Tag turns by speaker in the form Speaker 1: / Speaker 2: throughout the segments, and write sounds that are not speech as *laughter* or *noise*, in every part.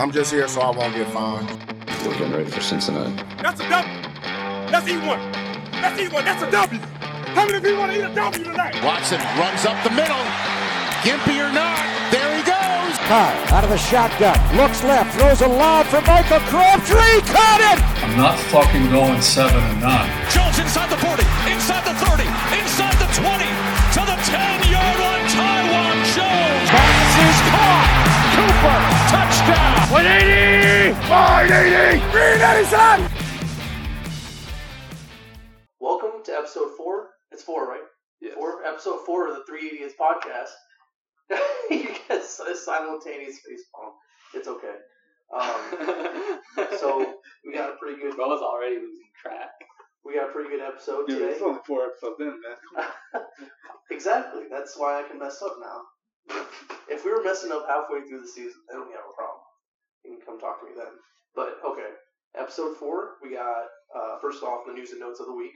Speaker 1: I'm just here so I won't get fined.
Speaker 2: We're getting ready for Cincinnati.
Speaker 3: That's a W. Let's eat one. Let's eat one. That's a W. How many of you want to eat a W tonight?
Speaker 4: Watson runs up the middle. Gimpy or not, there he goes.
Speaker 5: High out of the shotgun, looks left, throws a lob for Michael Crabtree. Caught it.
Speaker 6: I'm not fucking going seven and nine.
Speaker 7: Jones inside the 40, inside the 30, inside the 20, to the 10 yard line. Taiwan Jones. Pass is caught. Cooper touchdown.
Speaker 3: 180, 180, 387.
Speaker 8: Welcome to episode four. It's four, right? Four. Episode four of the Three Idiots podcast. *laughs* you get a simultaneous face palm. It's okay. Um,
Speaker 9: *laughs*
Speaker 8: so we got a pretty good.
Speaker 9: Bro's already losing track.
Speaker 8: We got a pretty good episode
Speaker 10: Dude,
Speaker 8: today.
Speaker 10: it's only four episodes in, man. Come on.
Speaker 8: *laughs* Exactly. That's why I can mess up now. if we were messing up halfway through the season, then we have a problem. You can come talk to me then. But okay, episode four, we got uh, first off the news and notes of the week,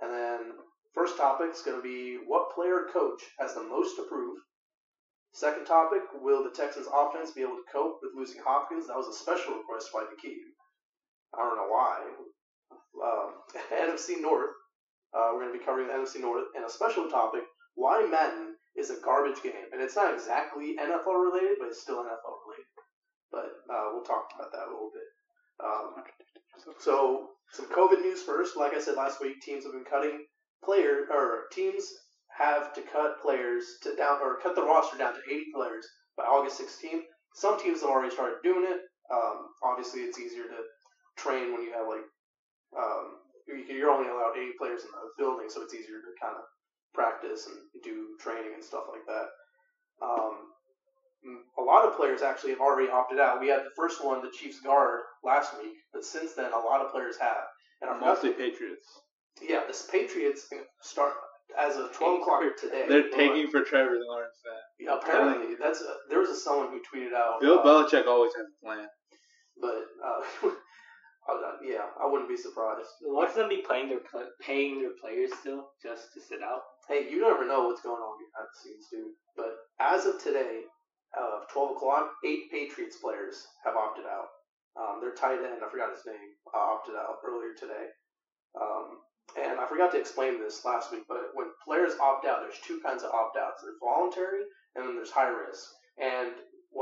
Speaker 8: and then first topic's going to be what player coach has the most to prove. Second topic, will the Texans offense be able to cope with losing Hopkins? That was a special request by the key. I don't know why. Um, *laughs* NFC North. Uh, we're going to be covering the NFC North and a special topic why Madden is a garbage game. And it's not exactly NFL related, but it's still NFL related. But uh, we'll talk about that a little bit. Um, so, some COVID news first. Like I said last week, teams have been cutting player or teams have to cut players to down or cut the roster down to 80 players by August 16th. Some teams have already started doing it. Um, obviously, it's easier to train when you have like um, you- you're only allowed 80 players in the building, so it's easier to kind of practice and do training and stuff like that. Um, m- a lot of players actually have already opted out. We had the first one, the Chiefs guard, last week, but since then, a lot of players have. And I'm
Speaker 10: Mostly Patriots.
Speaker 8: yeah, this Patriots start as of 12 o'clock today.
Speaker 10: They're taking for Trevor Lawrence, man.
Speaker 8: Yeah, apparently, that's a, there was a, someone who tweeted out.
Speaker 10: Bill
Speaker 8: uh,
Speaker 10: Belichick always has a plan.
Speaker 8: But uh, *laughs* I don't- yeah, I wouldn't be surprised.
Speaker 9: What's them be playing their pl- paying their players still just to sit out?
Speaker 8: Hey, you never know what's going on behind the scenes, dude. But as of today, uh, 12 o'clock, eight Patriots players have opted out. Um, their tight end, I forgot his name, uh, opted out earlier today. Um, and I forgot to explain this last week, but when players opt out, there's two kinds of opt outs there's voluntary, and then there's high risk. And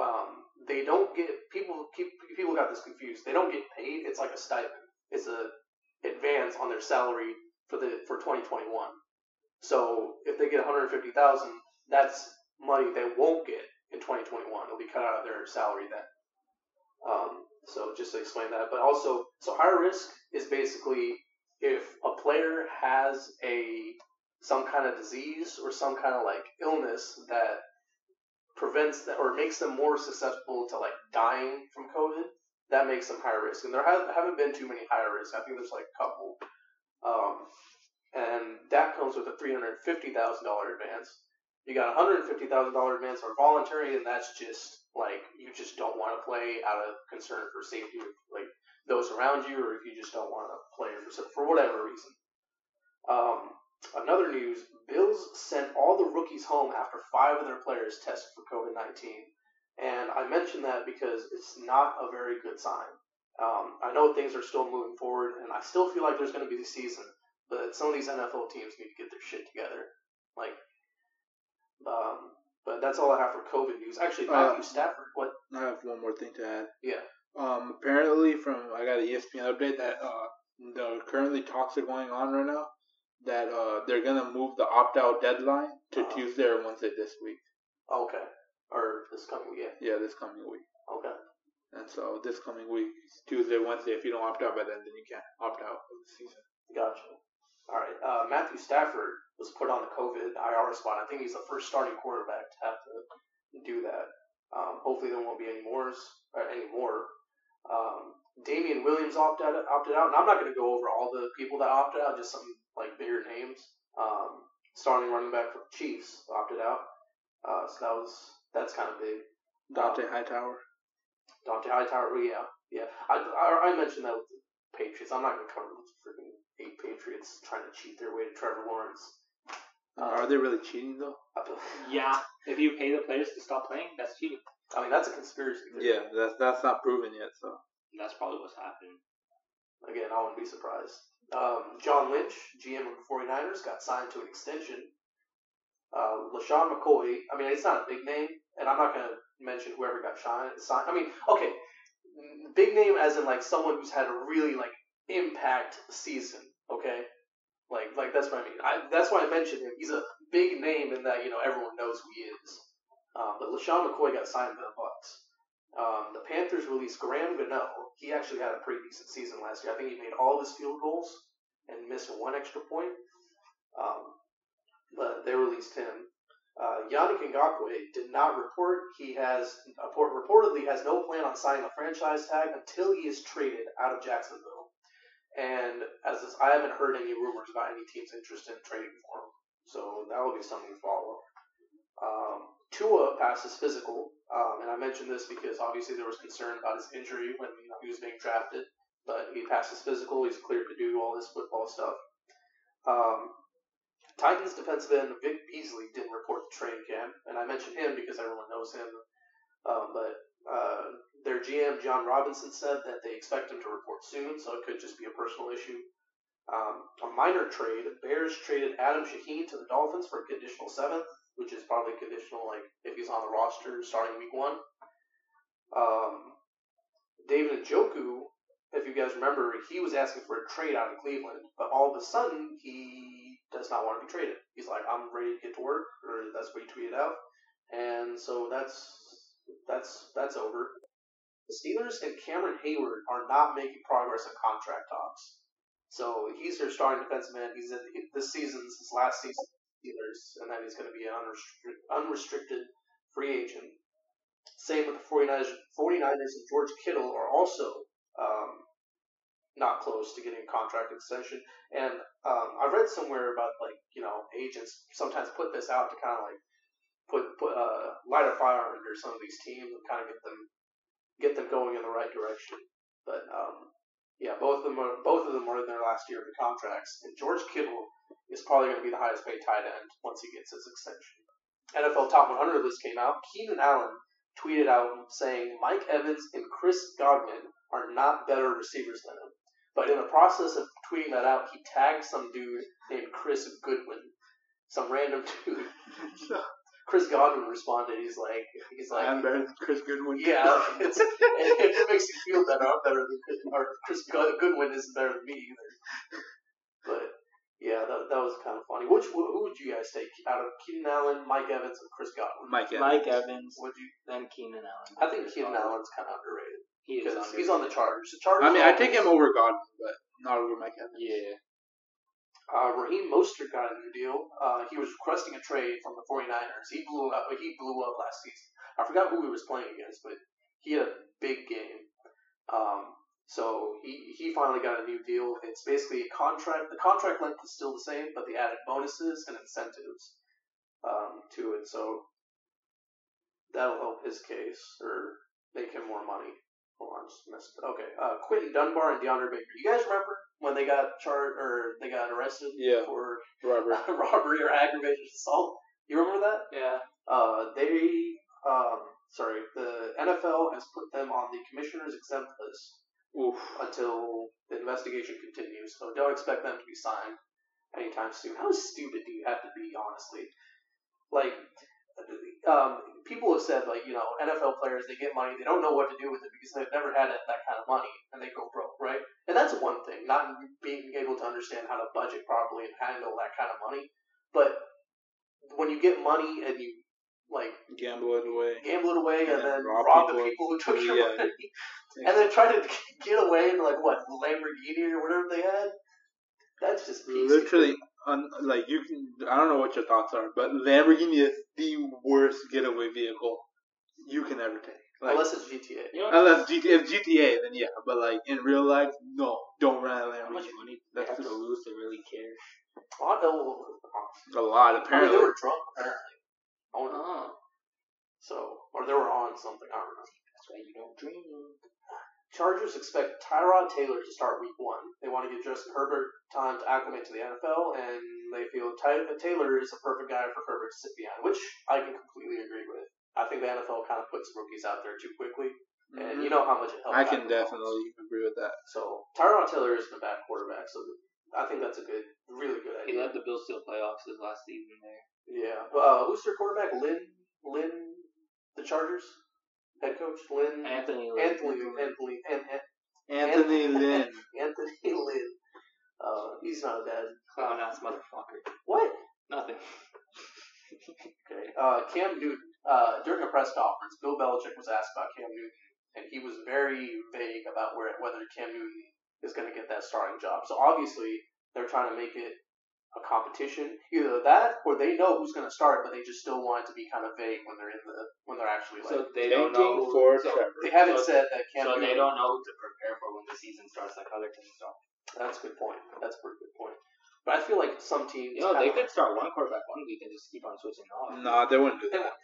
Speaker 8: um, they don't get people keep people got this confused. They don't get paid. It's like a stipend. It's a advance on their salary for the for 2021. So if they get 150,000, that's money they won't get in 2021. It'll be cut out of their salary then. Um, so just to explain that, but also, so higher risk is basically if a player has a some kind of disease or some kind of like illness that prevents that or makes them more susceptible to like dying from COVID, that makes them higher risk. And there ha- haven't been too many higher risk. I think there's like a couple. Um, and that comes with a three hundred fifty thousand dollar advance. You got a hundred fifty thousand dollar advance for voluntary, and that's just like you just don't want to play out of concern for safety, of, like those around you, or if you just don't want to play for, for whatever reason. Um, another news: Bills sent all the rookies home after five of their players tested for COVID nineteen, and I mention that because it's not a very good sign. Um, I know things are still moving forward, and I still feel like there's going to be the season, but some of these NFL teams need to get their shit together. Like, um, but that's all I have for COVID news. Actually, Matthew
Speaker 10: Uh,
Speaker 8: Stafford, what?
Speaker 10: I have one more thing to add.
Speaker 8: Yeah.
Speaker 10: Um, apparently, from I got E an ESPN update that uh, the currently talks are going on right now that uh, they're gonna move the opt out deadline to
Speaker 8: Uh-huh.
Speaker 10: Tuesday or Wednesday this week.
Speaker 8: Okay. Or this coming yeah.
Speaker 10: Yeah, this coming week.
Speaker 8: Okay.
Speaker 10: And so this coming week, it's Tuesday, Wednesday. If you don't opt out by then, then you can't opt out of the season.
Speaker 8: Gotcha. All right. Uh, Matthew Stafford was put on the COVID IR spot. I think he's the first starting quarterback to have to do that. Um, hopefully, there won't be any more. Or any more. Um, Damian Williams opted out, opted out, and I'm not going to go over all the people that opted out. Just some like bigger names. Um, starting running back for the Chiefs opted out. Uh, so that was that's kind of big.
Speaker 10: Dante Hightower.
Speaker 8: Dante Hightower, yeah, yeah. I, I, I mentioned that with the Patriots. I'm not going to cover the freaking eight Patriots trying to cheat their way to Trevor Lawrence.
Speaker 9: Uh,
Speaker 10: Are they really cheating though?
Speaker 8: I feel-
Speaker 9: Yeah. If you pay the players to stop playing, that's cheating.
Speaker 8: I mean, that's a conspiracy theory.
Speaker 10: Yeah, that's that's not proven yet. So
Speaker 9: That's probably what's happening.
Speaker 8: Again, I wouldn't be surprised. Um, John Lynch, GM of the 49ers, got signed to an extension. Uh, LaShawn McCoy, I mean, it's not a big name, and I'm not going to mention whoever got shi- signed. I mean, okay, n- big name as in like someone who's had a really like impact season, okay? Like, like that's what I mean. I, that's why I mentioned him. He's a big name in that, you know, everyone knows who he is. Um, but LaShawn McCoy got signed by the Bucks. Um, the Panthers released Graham Gano. He actually had a pretty decent season last year. I think he made all of his field goals and missed one extra point. Um, but they released him. Uh, Yannick Ngakwe did not report. He has report, reportedly has no plan on signing a franchise tag until he is traded out of Jacksonville. And as this, I haven't heard any rumors about any teams interested in trading for him, so that will be something to follow. Um, Tua passed his physical, um, and I mentioned this because obviously there was concern about his injury when you know, he was being drafted, but he passed his physical. He's cleared to do all this football stuff. Um, Titans defensive end Vic Beasley didn't report the trade camp, and I mentioned him because everyone knows him. Um, but uh, their GM John Robinson said that they expect him to report soon, so it could just be a personal issue. Um, a minor trade: Bears traded Adam Shaheen to the Dolphins for a conditional seventh which is probably conditional, like if he's on the roster starting week one. Um, David Njoku, if you guys remember, he was asking for a trade out of Cleveland, but all of a sudden he does not want to be traded. He's like, I'm ready to get to work, or that's what he tweeted out, and so that's that's that's over. The Steelers and Cameron Hayward are not making progress in contract talks. So he's their starting defensive man. He's at this season's his last season Steelers, and then he's going to be an unrestricted, unrestricted free agent. Same with the 49ers. 49ers and George Kittle are also um, not close to getting a contract extension. And um, I read somewhere about, like, you know, agents sometimes put this out to kind of like put, put uh, light a fire under some of these teams and kind of get them get them going in the right direction. But um, yeah, both of them are both of them are in their last year of the contracts, and George Kittle is probably going to be the highest paid tight end once he gets his extension. NFL Top 100 list came out. Keenan Allen tweeted out saying Mike Evans and Chris Godwin are not better receivers than him. But in the process of tweeting that out, he tagged some dude named Chris Goodwin, some random *laughs*
Speaker 10: *laughs*
Speaker 8: dude. Chris Godwin responded. He's like, he's like,
Speaker 10: I'm better than Chris Goodwin.
Speaker 8: yeah, *laughs* it's, if it makes you feel better, I'm better than Chris, or Chris Good- Goodwin isn't better than me either. But yeah, that, that was kind of funny. Which who would you guys take out of Keenan Allen, Mike Evans, and Chris Godwin?
Speaker 10: *laughs* Mike Evans.
Speaker 9: Mike Evans,
Speaker 8: Would you?
Speaker 9: then Keenan Allen.
Speaker 8: I think Keenan Allen's kind of underrated
Speaker 9: He is
Speaker 8: because
Speaker 9: under.
Speaker 8: he's on the Chargers. The Chargers.
Speaker 10: I mean, I
Speaker 8: always-
Speaker 10: take him over Godwin, but not over Mike Evans.
Speaker 9: Yeah.
Speaker 8: Uh, Raheem Mostert got a new deal. Uh, he was requesting a trade from the 49ers. He blew up. He blew up last season. I forgot who he was playing against, but he had a big game. Um, so he he finally got a new deal. It's basically a contract. The contract length is still the same, but they added bonuses and incentives um, to it. So that'll help his case or make him more money. Hold on, I just missed. Okay, uh, Quentin Dunbar and DeAndre Baker. You guys remember when they got charged or they got arrested
Speaker 10: Yeah.
Speaker 8: for
Speaker 10: Robert.
Speaker 8: *laughs* robbery or aggravated assault? You remember that?
Speaker 9: Yeah.
Speaker 8: Uh, they, um, sorry, the NFL has put them on the commissioner's exempt list
Speaker 10: Oof.
Speaker 8: until the investigation continues. So don't expect them to be signed anytime soon. How stupid do you have to be, honestly? Like, um, people have said, like, you know, NFL players, they get money, they don't know what to do with it because they've never had it, that kind of money, and they go broke, right? And that's one thing, not being able to understand how to budget properly and handle that kind of money. But when you get money and you, like,
Speaker 10: Gamble it away.
Speaker 8: gamble it away and,
Speaker 10: And
Speaker 8: then rob,
Speaker 10: rob
Speaker 8: the people
Speaker 10: people.
Speaker 8: who took your
Speaker 10: Yeah.
Speaker 8: money. *laughs* And then try to *laughs* get away in like what Lamborghini or whatever they had. That's just piece of
Speaker 10: Literally, un, like you can. I don't know what your thoughts are, but Lamborghini is the worst getaway vehicle you can ever take.
Speaker 8: crap.
Speaker 10: Like,
Speaker 8: unless it's GTA.
Speaker 9: You know how
Speaker 10: unless GT, if GTA, then yeah. But like in real life, no, don't run a Lamborghini.
Speaker 9: much money do they
Speaker 10: That's
Speaker 9: have to
Speaker 10: just-
Speaker 9: lose to really care?
Speaker 8: Oh, no.
Speaker 10: A lot,
Speaker 8: I mean,
Speaker 10: apparently.
Speaker 8: they were drunk apparently. Oh, no.
Speaker 9: Oh,
Speaker 8: So or they were on something. I don't know.
Speaker 9: that's why you don't dream.
Speaker 8: Chargers expect Tyrod Taylor to start Week One. They want to give Justin Herbert time to acclimate to the NFL, and they feel Ty- Taylor is a perfect guy for Herbert to sit behind, which I can completely agree with. I think the NFL kind of puts rookies out there too quickly,
Speaker 9: Mm-hmm.
Speaker 8: and you know uh, how much it helps.
Speaker 10: Mm-hmm. I can definitely agree with that.
Speaker 8: So Tyrod Taylor isn't a bad quarterback, so I think that's a good, really good
Speaker 9: He led
Speaker 8: idea.
Speaker 9: the Bills to the playoffs his last season there.
Speaker 8: Yeah. Uh, who's their quarterback? Lynn, Lynn, the Chargers head coach Lynn
Speaker 9: Anthony Lynn.
Speaker 8: Anthony Anthony An- An-
Speaker 10: Anthony Lynn.
Speaker 8: *laughs* Anthony Lynn. Uh, he's not a bad.
Speaker 9: Clown ass motherfucker.
Speaker 8: What?
Speaker 9: Nothing.
Speaker 8: *laughs* Okay. Uh, Cam Newton. Uh, during a press conference, Bill Belichick was asked about Cam Newton, and he was very vague about where whether Cam Newton is going to get that starting job. So obviously, they're trying to make it a competition, either that or they know who's going to start, but they just still want it to be kind of vague when they're in the when they're actually like
Speaker 9: So they don't
Speaker 10: Tanking
Speaker 9: know.
Speaker 10: for
Speaker 9: so
Speaker 10: Trevor.
Speaker 8: they haven't
Speaker 9: so,
Speaker 8: said that Cam
Speaker 9: so
Speaker 8: Newton.
Speaker 9: they don't know who to prepare for when the season starts like other teams don't.
Speaker 8: That's a good point. That's a pretty good point. But I feel like some teams.
Speaker 9: You know, they
Speaker 8: kinda-
Speaker 9: could start one quarterback one week and just keep on switching off.
Speaker 10: Nah, they wouldn't do that.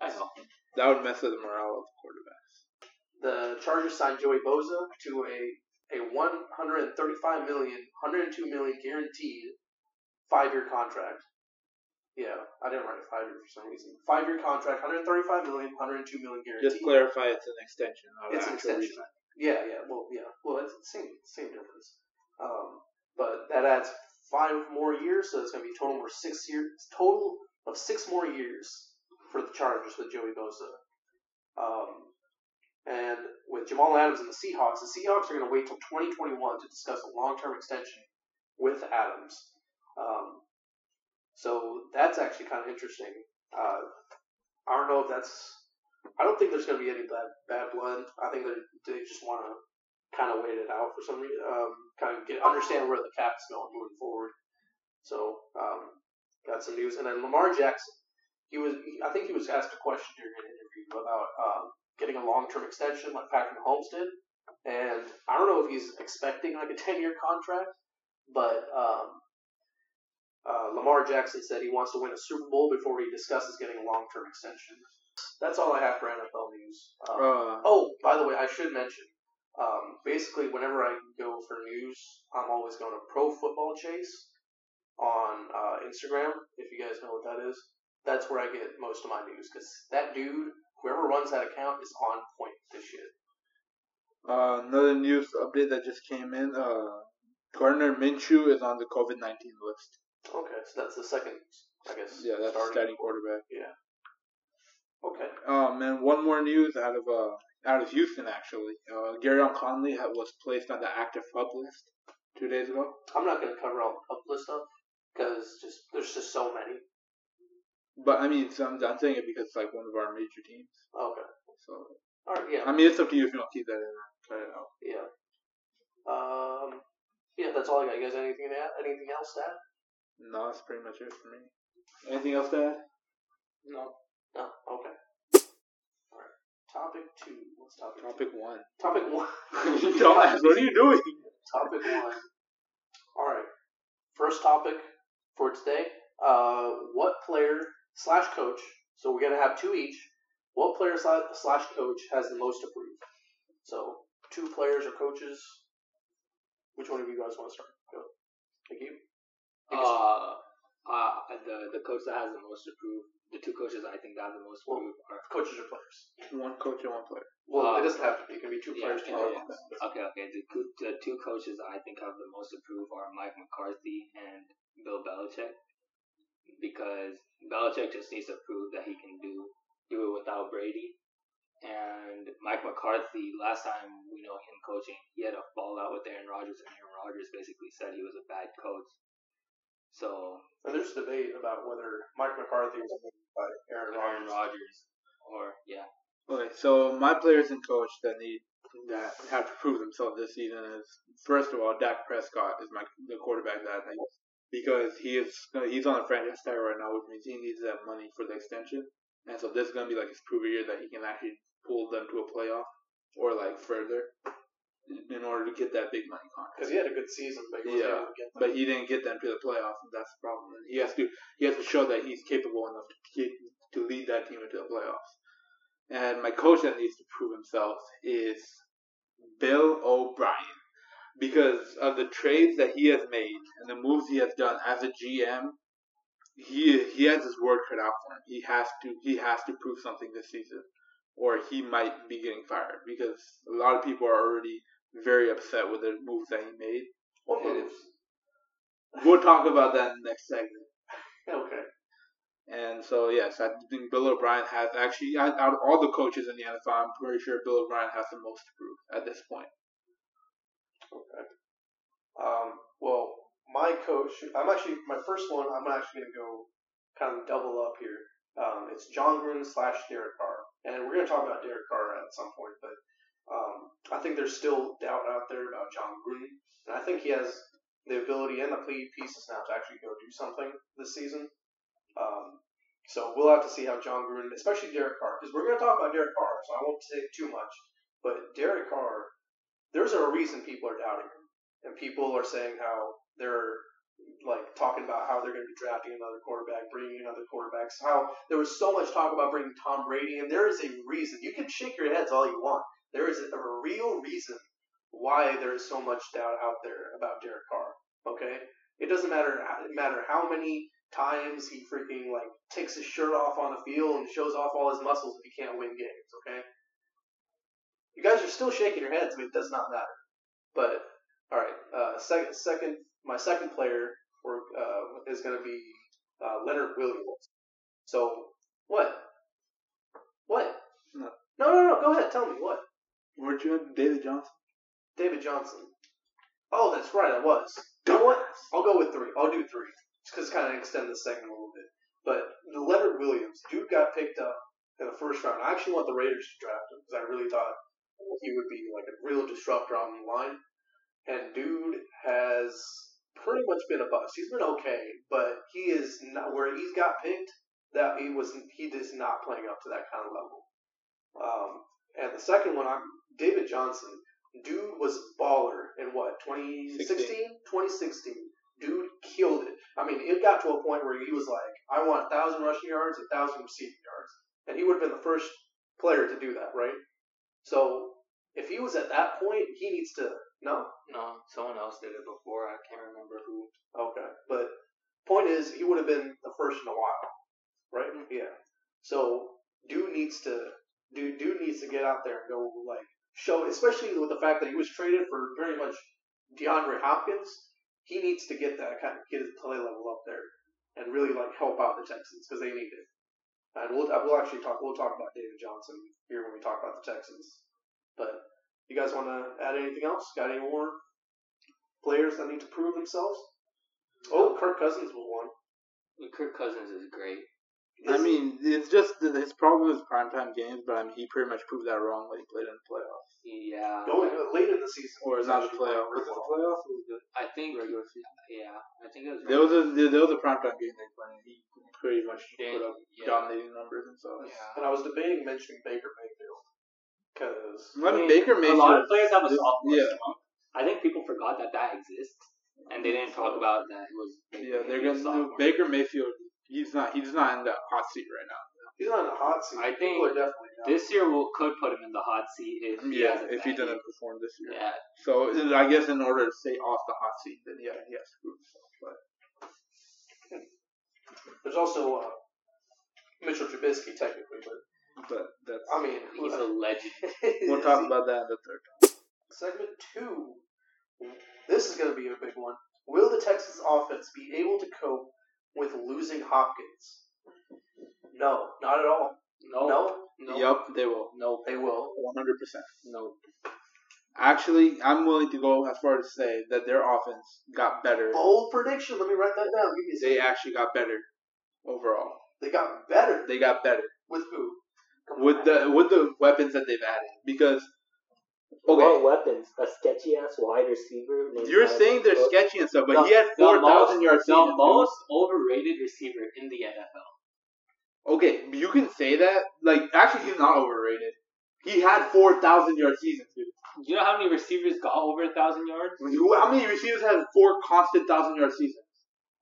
Speaker 9: I know.
Speaker 10: That would mess with the morale of the quarterback.
Speaker 8: The Chargers signed Joey Boza to a a 135 million, 102 million guaranteed five year contract. Yeah, I didn't write five year for some reason. Five year contract, 135 million, 102 million guaranteed.
Speaker 10: Just clarify, it's an extension. Not
Speaker 8: It's an
Speaker 10: an actual
Speaker 8: extension.
Speaker 10: reason.
Speaker 8: Yeah, yeah. Well, yeah. Well, it's the same same difference. Um, but that adds five more years, so it's going to be total more six years total of six more years for the Chargers with Joey Bosa. Um, and with Jamal Adams and the Seahawks, the Seahawks are going to wait till 2021 to discuss a long-term extension with Adams. Um, so that's actually kind of interesting. Uh, I don't know if that's. I don't think there's going to be any bad bad blood. I think that they just want to kind of wait it out for some reason, um, kind of get understand where the cap's going moving forward. So um, got some news, and then Lamar Jackson. He was. he- I think he was asked a question during an interview about um, getting a long term extension like Patrick Mahomes did, and I don't know if he's expecting like a *laughs* ten year contract, but. Um, uh, Lamar Jackson said he wants to win a Super Bowl before he discusses getting a long term extension. That's all I have for NFL news. Um,
Speaker 10: Uh,
Speaker 8: Oh, by the way, I should mention. Um, basically, whenever I go for news, I'm always going to Pro Football Chase on uh, Instagram. If you guys know what that is, that's where I get most of my news because that dude, whoever runs that account, is on point with this shit.
Speaker 10: uh, another news update that just came in. Uh, Gardner Minshew is on the COVID nineteen list.
Speaker 8: Okay, so that's the second, I guess.
Speaker 10: Yeah, that's starting, starting quarterback.
Speaker 8: Okay.
Speaker 10: Um, and one more news out of uh out of Houston actually. Uh, Garyon Conley had, was placed on the active hub list two days ago.
Speaker 8: I'm not going to cover all the uplist stuff because just there's just so many.
Speaker 10: But I mean, so I'm, I'm saying it because it's like one of our major teams.
Speaker 8: Okay.
Speaker 10: So
Speaker 8: All right. Yeah.
Speaker 10: I mean, it's up to you if you want to keep that in or cut it out.
Speaker 8: Yeah. Um. Yeah, that's all I got. You guys, have anything to add? Anything else to add?
Speaker 10: No, that's pretty much it for me. Anything else to add?
Speaker 9: No.
Speaker 8: No. Oh, Okay. All right. Topic two. What's topic? Topic,
Speaker 10: Topic one.
Speaker 8: topic one. *laughs*
Speaker 10: Dumbass, what are *laughs* you doing?
Speaker 8: Topic one. All right. First topic for today. Uh, what player slash coach? So we're gonna have two each. What player slash slash coach has the most to prove? So two players or coaches. Which one of you guys want to start? Go. Thank you.
Speaker 9: Uh, uh, the the coach that has the most to prove, the two coaches I think that have the most to
Speaker 8: Well,
Speaker 9: prove are
Speaker 8: Coaches or players?
Speaker 10: One coach and one player.
Speaker 8: Well,
Speaker 9: Uh,
Speaker 8: it doesn't have to be. It can be two
Speaker 9: yeah,
Speaker 8: players.
Speaker 9: yeah,
Speaker 8: two
Speaker 9: yeah.
Speaker 8: coaches.
Speaker 9: Okay, okay. The, co- the two coaches I think have the most to prove are Mike McCarthy and Bill Belichick, because Belichick just needs to prove that he can do do it without Brady. And Mike McCarthy, last time we know him coaching, he had a fallout with Aaron Rodgers, and Aaron Rodgers basically said he was a bad coach. So
Speaker 8: And there's debate about whether Mike McCarthy was named by Aaron
Speaker 9: Aaron
Speaker 8: Rodgers.
Speaker 9: Rodgers, or yeah,
Speaker 10: Okay, so my players and coach that need that have to prove themselves this season is first of all Dak Prescott is my the quarterback that I think because he is uh, he's on a franchise tag right now, which means he needs that money for the extension, and so this is gonna be like his prove year that he can actually pull them to a playoff or like further in order to get that big money contract.
Speaker 8: Because he had a good season, but he wasn't
Speaker 10: Yeah,
Speaker 8: able to get
Speaker 10: but he didn't get them to the playoffs, and that's the problem. And he has to he has to show that he's capable enough to keep, to lead that team into the playoffs. And my coach that needs to prove himself is Bill O'Brien because of the trades that he has made and the moves he has done as a GM he he has his work cut out for him. He has to he has to prove something this season, or he might be getting fired because a lot of people are already very upset with the moves that he made.
Speaker 8: What
Speaker 10: And
Speaker 8: moves?
Speaker 10: We'll talk about that in the next segment.
Speaker 8: Okay.
Speaker 10: And so yes, I think Bill O'Brien has actually out out of all the coaches in the NFL, I'm pretty sure Bill O'Brien has the most to prove at this point.
Speaker 8: Okay. Um, well, my coach, I'm actually, my first one, I'm actually going to go kind of double up here. Um, it's John Gruden slash Derek Carr. And we're going to talk about Derek Carr at some point, but um, I think there's still doubt out there about John Gruden. And I think he has the ability and the plea pieces now to actually go do something this season. Um, so we'll have to see how John Gruden, especially Derek Carr, because we're going to talk about Derek Carr, so I won't say too much. But Derek Carr, there's a reason people are doubting him, and people are saying how they're like talking about how they're going to be drafting another quarterback, bringing another quarterback. So how there was so much talk about bringing Tom Brady, and there is a reason. You can shake your heads all you want. There is a real reason why there is so much doubt out there about Derek Carr. Okay, it doesn't matter matter how many times he freaking like takes his shirt off on the field and shows off all his muscles if he can't win games. Okay, you guys are still shaking your heads, but it does not matter. But all right, uh, second, second, my second player for, uh, is going to be uh, Leonard Williams. So what? What?
Speaker 10: No.
Speaker 8: no, no, no. Go ahead, tell me what.
Speaker 10: Weren't you in David Johnson?
Speaker 8: David Johnson. Oh, that's right, I was. You know what? I'll go with three. I'll do three. Just because kind of extend this segment a little bit. But the Leonard Williams, dude got picked up in the first round. I actually want the Raiders to draft him because I really thought he would be like a real disruptor on the line. And dude has pretty much been a bust. He's been okay, but he is not where he's got picked. That he was he is not playing up to that kind of level. Um, and the second one, I'm David Johnson. Dude was baller in what 2016, 2016. Dude killed it. I mean, it got to a point where he was like, I want a thousand rushing yards, a thousand receiving yards, and he would have been the first player to do that, right? So if he was at that point, he needs to no.
Speaker 9: No, someone else did it before. I can't remember who.
Speaker 8: Okay, but point is, he would have been the first in a while, right?
Speaker 9: Mm-hmm.
Speaker 8: Yeah. So dude needs to dude dude needs to get out there and go like show, especially with the fact that he was traded for pretty much DeAndre Hopkins. He needs to get that kind of get his play level up there and really like help out the Texans because they need it. And we'll we'll actually talk we'll talk about David Johnson here when we talk about the Texans. But you guys want to add anything else? Got any more players that need to prove themselves? Oh, Kirk Cousins was one.
Speaker 9: Kirk Cousins is great.
Speaker 10: I mean, it's just that his problem is primetime games, but I mean, he pretty much proved that wrong when he played in the playoffs.
Speaker 9: Yeah.
Speaker 8: going uh, late in the season,
Speaker 10: Or is
Speaker 8: not
Speaker 10: that the playoffs? Was it the playoffs or was it
Speaker 9: I think.
Speaker 10: regular season?
Speaker 9: Yeah, I think it was.
Speaker 10: There was a there was a primetime game they played. and He pretty much
Speaker 9: Yeah,
Speaker 10: put up
Speaker 9: yeah.
Speaker 10: dominating numbers and so.
Speaker 9: Yeah.
Speaker 8: And I was debating mentioning Baker Mayfield because
Speaker 9: I
Speaker 10: When
Speaker 9: mean,
Speaker 10: Baker
Speaker 9: a lot of
Speaker 10: Mayfield,
Speaker 9: players have a
Speaker 10: this-
Speaker 9: sophomore
Speaker 10: yeah.
Speaker 9: slump. I think people forgot that that exists, and they didn't talk about that it was.
Speaker 10: yeah, they're
Speaker 9: Mayfield's
Speaker 10: gonna
Speaker 9: sophomore.
Speaker 10: Baker Mayfield. He's not he's not in the hot seat right now.
Speaker 8: he's not in the hot seat.
Speaker 9: I think
Speaker 8: People are definitely not.
Speaker 9: This year will could put him in the hot seat if he
Speaker 10: Yeah,
Speaker 9: has a
Speaker 10: if he
Speaker 9: bad
Speaker 10: doesn't
Speaker 9: year.
Speaker 10: perform this year.
Speaker 9: Yeah,
Speaker 10: So it- I guess in order to stay off the hot seat, then yeah, he has to prove himself. But
Speaker 8: There's also uh, Mitchell Trubisky technically, but
Speaker 10: but that's
Speaker 8: I mean,
Speaker 9: he's
Speaker 8: *laughs*
Speaker 9: a legend.
Speaker 10: *laughs* we'll talk about that in the third.
Speaker 8: segment two. This is going to be a big one. Will the Texans offense be able to cope with losing Hopkins? No, not at all.
Speaker 9: No,
Speaker 8: No,
Speaker 9: no,
Speaker 10: Yep, they will.
Speaker 9: no,
Speaker 8: they will.
Speaker 10: One hundred percent.
Speaker 9: no.
Speaker 10: Actually, I'm willing to go as far as to say that their offense got better.
Speaker 8: Bold prediction. Let me write that down. Give me a second.
Speaker 10: They actually got better overall.
Speaker 8: They got better
Speaker 10: They got better
Speaker 8: with who? Come on.
Speaker 10: with the with the weapons that they've added because
Speaker 11: What
Speaker 10: okay,
Speaker 11: weapons? A sketchy ass wide receiver. named
Speaker 10: you're
Speaker 11: Tyler
Speaker 10: saying they're
Speaker 11: Cook?
Speaker 10: sketchy and stuff, but
Speaker 9: The-
Speaker 10: he had
Speaker 9: the
Speaker 10: four thousand
Speaker 9: most-
Speaker 10: yards.
Speaker 9: The most overrated receiver in the NFL.
Speaker 10: Okay, you can say that. Like, actually, he's not overrated. He had four thousand yard seasons, dude.
Speaker 9: You know how many receivers got over a thousand yards?
Speaker 10: Who- How many receivers had four constant thousand yard seasons?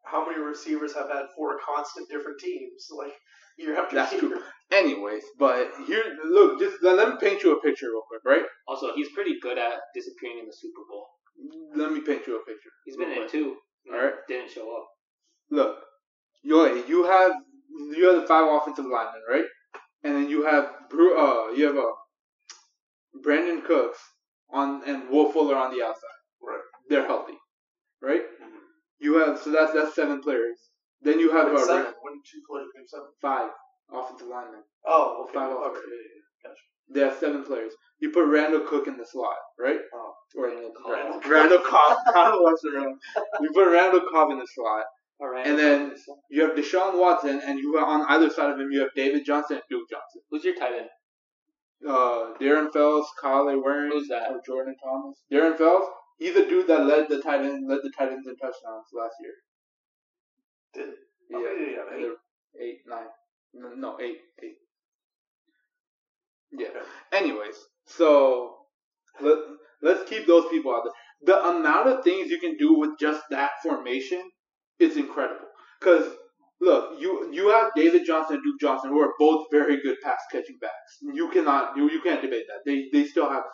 Speaker 8: How many receivers have had four constant different teams? Like year after
Speaker 10: That's
Speaker 8: year.
Speaker 10: true. Anyways, but here, look, just let, let me paint you a picture real quick, right?
Speaker 9: Also, he's pretty good at disappearing in the Super Bowl.
Speaker 10: Let me paint you a picture.
Speaker 9: He's been
Speaker 10: real
Speaker 9: in
Speaker 10: quick.
Speaker 9: two. and
Speaker 10: Alright.
Speaker 9: Didn't show up.
Speaker 10: Look, you you have you have the five offensive linemen, right? And then you have Bru- uh, you have uh, Brandon Cooks on and Will Fuller on the outside.
Speaker 8: Right. Mm-hmm.
Speaker 10: They're healthy, right? You have so that's that's seven players. Then you have
Speaker 8: Wait,
Speaker 10: uh,
Speaker 8: seven.
Speaker 10: Ra-
Speaker 8: Wouldn't you put it in seven?
Speaker 10: five offensive linemen.
Speaker 8: Oh, okay.
Speaker 10: Five
Speaker 8: okay.
Speaker 10: offensive.
Speaker 8: yeah, yeah, gotcha.
Speaker 10: They have seven players. You put Randall Cook in the slot, right?
Speaker 8: Oh.
Speaker 10: Or
Speaker 8: Randall
Speaker 10: Randall, Randall Cobb. *laughs* I don't watch the Randall. You put Randall Cobb in the slot.
Speaker 9: All right.
Speaker 10: And then you have Deshaun Watson, and you have, on either side of him you have David Johnson and Duke Johnson.
Speaker 9: who's your tight end?
Speaker 10: Uh, Darren Fells, Kyle Warren,
Speaker 9: Who's that?
Speaker 8: Oh,
Speaker 10: or Jordan Thomas. Darren Fells, he's the dude that led the tight end, led the tight ends in touchdowns last year.
Speaker 8: Did
Speaker 10: Yeah,
Speaker 8: Okay, yeah,
Speaker 10: And they're eight, nine, N- no, eight, eight. Yeah.
Speaker 8: Okay.
Speaker 10: Anyways, so let let's keep those people out there. The amount of things you can do with just that formation is incredible. Cause look, you you have David Johnson and Duke Johnson, who are both very good pass catching backs.
Speaker 9: Mm-hmm.
Speaker 10: You cannot you you can't debate that. They they still have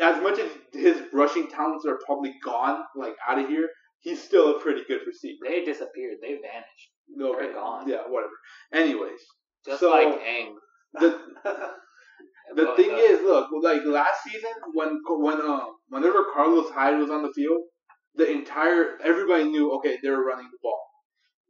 Speaker 10: as much as his rushing talents are probably gone, like out of here. He's still a pretty good receiver.
Speaker 9: They disappeared. They vanished.
Speaker 10: No,
Speaker 9: They're gone.
Speaker 10: Yeah, whatever. Anyways,
Speaker 9: Just
Speaker 10: So-
Speaker 9: like Aang. *laughs*
Speaker 10: the the
Speaker 9: But,
Speaker 10: thing
Speaker 9: uh,
Speaker 10: is, look, like last season when when um whenever Carlos Hyde was on the field, the entire everybody knew okay they were running the ball,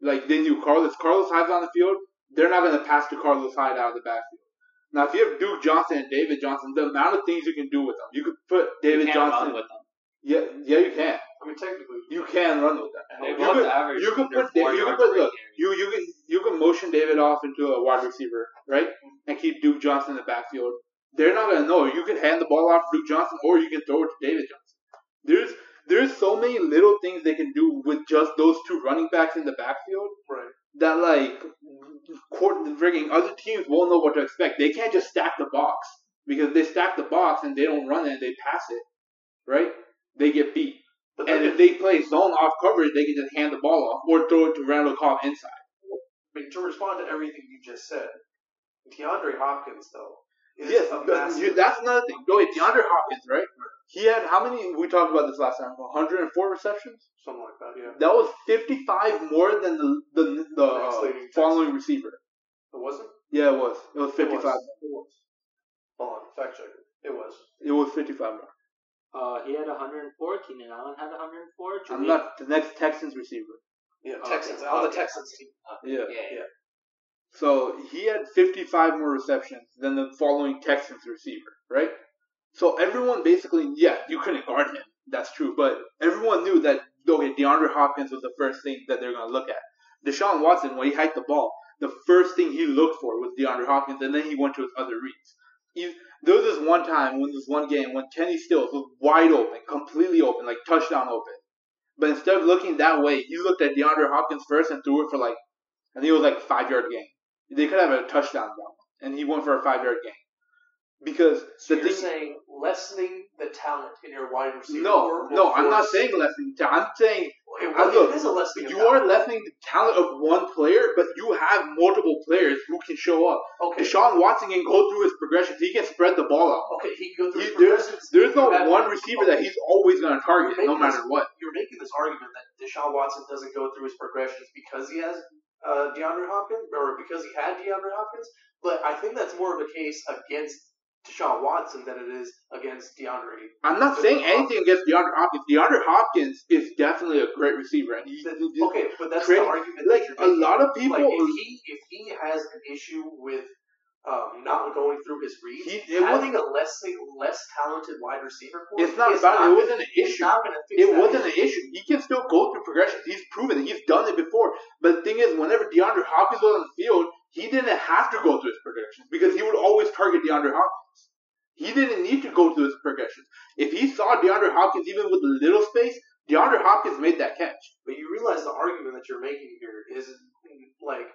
Speaker 10: like they knew Carlos Carlos Hyde's on the field, they're not gonna pass to Carlos Hyde out of the backfield. Now if you have Duke Johnson and David Johnson, the amount of things you can do with them, you could put David
Speaker 9: can't
Speaker 10: Johnson.
Speaker 9: run with them.
Speaker 10: yeah, yeah, you can.
Speaker 8: I mean, technically,
Speaker 10: You can run with them.
Speaker 9: And they
Speaker 10: You
Speaker 9: both
Speaker 10: could-
Speaker 9: averaged
Speaker 10: you could
Speaker 9: under
Speaker 10: put Da-
Speaker 9: four
Speaker 10: you could
Speaker 9: yards
Speaker 10: put
Speaker 9: per
Speaker 10: look,
Speaker 9: carry.
Speaker 10: you you can you can motion David off into a wide receiver, right? And keep Duke Johnson in the backfield. They're not gonna know. You can hand the ball off to Duke Johnson, or you can throw it to David Johnson. There's there's so many little things they can do with just those two running backs in the backfield
Speaker 8: right.
Speaker 10: that like court rigging other teams won't know what to expect. They can't just stack the box because if they stack the box and they don't run it and they pass it, right? They get beat.
Speaker 8: But
Speaker 10: And
Speaker 8: then
Speaker 10: if they play zone off coverage, they can just hand the ball off or throw it to Randall Cobb inside.
Speaker 8: I mean, to respond to everything you just said, DeAndre Hopkins though is
Speaker 10: Yes,
Speaker 8: a
Speaker 10: but
Speaker 8: massive.
Speaker 10: you, that's another thing. Go ahead, DeAndre Hopkins, right? He had how many? We talked about this last time. 104 receptions.
Speaker 8: something like that. Yeah,
Speaker 10: That was 55 more than the the, the
Speaker 8: Next
Speaker 10: uh,
Speaker 8: leading
Speaker 10: following receiver.
Speaker 8: it wasn't.
Speaker 10: Yeah, it was. It was
Speaker 8: It was.
Speaker 10: 55.
Speaker 8: It was. Hold on, fact check. It was.
Speaker 10: It was 55 more.
Speaker 9: Uh, he had 104. Keenan Allen had 104.
Speaker 10: I'm
Speaker 9: Julian-
Speaker 10: not the next Texans receiver.
Speaker 8: Yeah,
Speaker 9: Okay,
Speaker 8: Texans. On the
Speaker 9: okay.
Speaker 8: Texans team.
Speaker 10: Yeah.
Speaker 9: Yeah, yeah.
Speaker 10: So he had 55 more receptions than the following Texans receiver, right? So everyone basically, yeah, you couldn't guard him. That's true. But everyone knew that, okay, DeAndre Hopkins was the first thing that they're going to look at. Deshaun Watson, when he hiked the ball, the first thing he looked for was DeAndre Hopkins, and then he went to his other reads. You- There was this one time, when this one game, when Kenny Stills was wide open, completely open, like touchdown open. But instead of looking that way, he looked at DeAndre Hopkins first and threw it for like, I think it was like a five yard gain. They could have had a touchdown though, and he went for a five yard gain. Because
Speaker 8: So
Speaker 10: the
Speaker 8: you're
Speaker 10: thing,
Speaker 8: saying lessening the talent in your wide receiver?
Speaker 10: no,
Speaker 8: or-
Speaker 10: no,
Speaker 8: or
Speaker 10: I'm not
Speaker 8: force-
Speaker 10: saying lessening. ta- I'm saying
Speaker 8: It,
Speaker 10: I
Speaker 8: it
Speaker 10: look,
Speaker 8: is a lessening. of
Speaker 10: you
Speaker 8: talent.
Speaker 10: are lessening the talent of one player, but you have multiple players who can show up.
Speaker 8: okay.
Speaker 10: Deshaun Watson can go through his progressions. He can spread the ball out.
Speaker 8: Okay, he can go through
Speaker 10: He-
Speaker 8: his
Speaker 10: there's
Speaker 8: progressions.
Speaker 10: there's no
Speaker 8: You have-
Speaker 10: one receiver that he's always going to target, no matter what.
Speaker 8: You're making this argument that Deshaun Watson doesn't go through his progressions because he has uh, DeAndre Hopkins or because he had DeAndre Hopkins, but I think that's more of a case against Deshaun Watson than it is against DeAndre.
Speaker 10: I'm not saying anything against DeAndre Hopkins. DeAndre Hopkins is definitely a great receiver, and he,
Speaker 8: Okay, but that's
Speaker 10: Craig,
Speaker 8: the argument.
Speaker 10: like
Speaker 8: that
Speaker 10: a
Speaker 8: you're making.
Speaker 10: lot of people.
Speaker 8: Like if he if he has an issue with um, not going through his reads,
Speaker 10: He- it
Speaker 8: having a less less talented wide receiver for
Speaker 10: it's
Speaker 8: him
Speaker 10: not
Speaker 8: is
Speaker 10: about. It
Speaker 8: gonna-
Speaker 10: wasn't an
Speaker 8: it's
Speaker 10: issue.
Speaker 8: not gonna fix
Speaker 10: It
Speaker 8: that
Speaker 10: wasn't
Speaker 8: issue.
Speaker 10: an issue. He can still go through progressions. He's proven it. He's done it before. But the thing is, whenever DeAndre Hopkins was on the field, he didn't have to go through his progressions because he would always target DeAndre Hopkins. He didn't need to go through his progressions. If he saw DeAndre Hopkins even with a little space, DeAndre Hopkins made that catch.
Speaker 8: But you realize the argument that you're making here is like,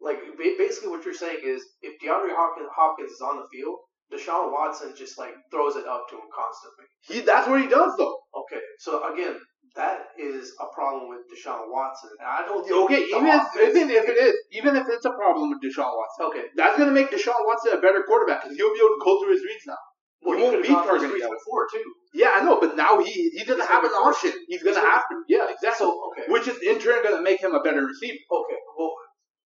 Speaker 8: like ba- basically what you're saying is if DeAndre Hopkins, Hopkins is on the field, Deshaun Watson just like throws it up to him constantly.
Speaker 10: He that's what he does though.
Speaker 8: Okay, so again, that is a problem with Deshaun Watson. And I don't think
Speaker 10: Okay,
Speaker 8: the
Speaker 10: even if,
Speaker 8: offense-
Speaker 10: even if it is, even if it's a problem with Deshaun Watson,
Speaker 8: okay,
Speaker 10: that's gonna make Deshaun Watson a better quarterback because he'll be able to go through his reads now.
Speaker 8: Well, he
Speaker 10: You won't
Speaker 8: could have
Speaker 10: beat
Speaker 8: gone first
Speaker 10: Gargano.
Speaker 8: reason before too.
Speaker 10: Yeah, I know, but now he he doesn't
Speaker 8: He's
Speaker 10: have
Speaker 8: gonna
Speaker 10: an
Speaker 8: be forced.
Speaker 10: option. He's gonna
Speaker 8: He's gonna-
Speaker 10: have to. Yeah, exactly.
Speaker 8: So okay,
Speaker 10: Which is in turn gonna make him a better receiver
Speaker 8: okay, well,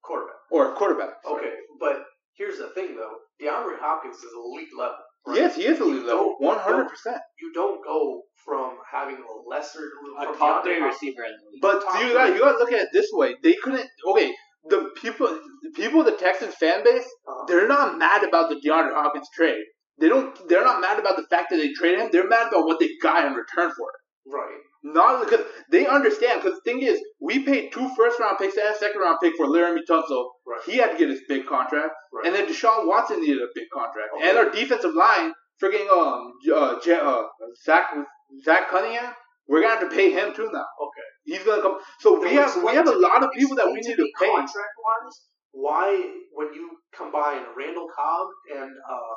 Speaker 8: quarterback.
Speaker 10: or a quarterback.
Speaker 8: Okay, but here's the thing though, DeAndre Hopkins is elite level. right?
Speaker 10: Yes, he is a
Speaker 8: You
Speaker 10: elite level,
Speaker 8: don't-
Speaker 10: one hundred percent.
Speaker 8: You don't go from having a lesser
Speaker 9: A
Speaker 8: from
Speaker 9: top
Speaker 8: DeAndre
Speaker 9: three
Speaker 8: Hopkins-
Speaker 9: receiver in the league.
Speaker 10: But
Speaker 8: Top
Speaker 10: you gotta
Speaker 8: three.
Speaker 10: you gotta look at it this way. They couldn't. Okay, the people the people of the Texans fan base
Speaker 8: Uh-huh.
Speaker 10: they're not mad about the DeAndre Hopkins trade. They don't. They're not mad about the fact that they traded him. They're mad about what they got in return for it.
Speaker 8: Right.
Speaker 10: Not because they understand. Because the thing is, we paid two first round picks and a second round pick for Laramie Tunsil.
Speaker 8: Right.
Speaker 10: He had to get his big contract,
Speaker 8: Right.
Speaker 10: and then Deshaun Watson needed a big contract,
Speaker 8: Okay.
Speaker 10: and our defensive line, freaking um, J- uh, J- uh, Zach Zach Cunningham, we're gonna have to pay him too now.
Speaker 8: Okay.
Speaker 10: He's gonna come. So we have we have a lot of people that we need to pay.
Speaker 8: Contract wise, why when you combine Randall Cobb and uh,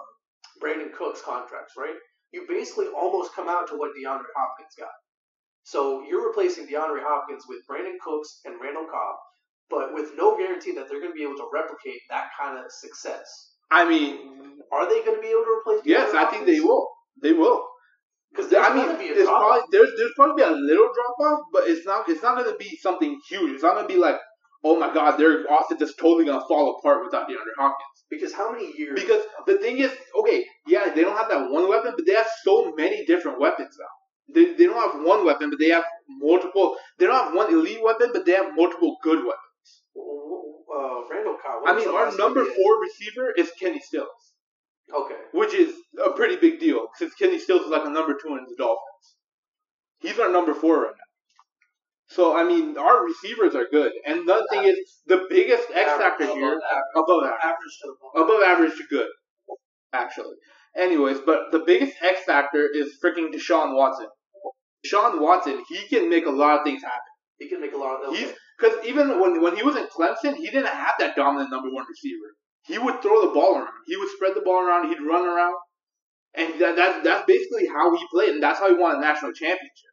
Speaker 8: Brandon Cook's contracts, right? You basically almost come out to what DeAndre Hopkins got. So you're replacing DeAndre Hopkins with Brandon Cooks and Randall Cobb, but with no guarantee that they're going to be able to replicate that kind of success.
Speaker 10: I mean,
Speaker 8: Are they going to be able to replace?
Speaker 10: yes, I think they will. They will.
Speaker 8: Because
Speaker 10: I mean,
Speaker 8: be a
Speaker 10: it's
Speaker 8: drop.
Speaker 10: probably there's there's probably be a little drop off, but it's not it's not gonna be something huge. It's not gonna be like, oh my god, their offense is totally gonna fall apart without DeAndre Hopkins.
Speaker 8: because how many years?
Speaker 10: Because the thing is, okay, yeah, they don't have that one weapon, but they have so many different weapons now. They, they don't have one weapon, but they have multiple. They don't have one elite weapon, but they have multiple good weapons.
Speaker 8: uh, Randall Cobb. when
Speaker 10: I
Speaker 8: was
Speaker 10: mean,
Speaker 8: the
Speaker 10: our
Speaker 8: last
Speaker 10: number
Speaker 8: time he
Speaker 10: four receiver is Kenny Stills,
Speaker 8: had- Okay.
Speaker 10: which is a pretty big deal since Kenny Stills is like a number two in the Dolphins. He's our number four right now. So I mean, our receivers are good, and the thing is, the biggest X factor
Speaker 8: Above
Speaker 10: here
Speaker 8: average.
Speaker 10: above average,
Speaker 8: average to the
Speaker 10: above average to good, actually. Anyways, but the biggest X factor is freaking Deshaun Watson. Deshaun Watson, he can make a lot of things happen.
Speaker 8: He can make a lot of those.
Speaker 10: He's because even when when he was in Clemson, he didn't have that dominant number one receiver. He would throw the ball around. He would spread the ball around. He'd run around, and that, that's that's basically how he played, and that's how he won a national championship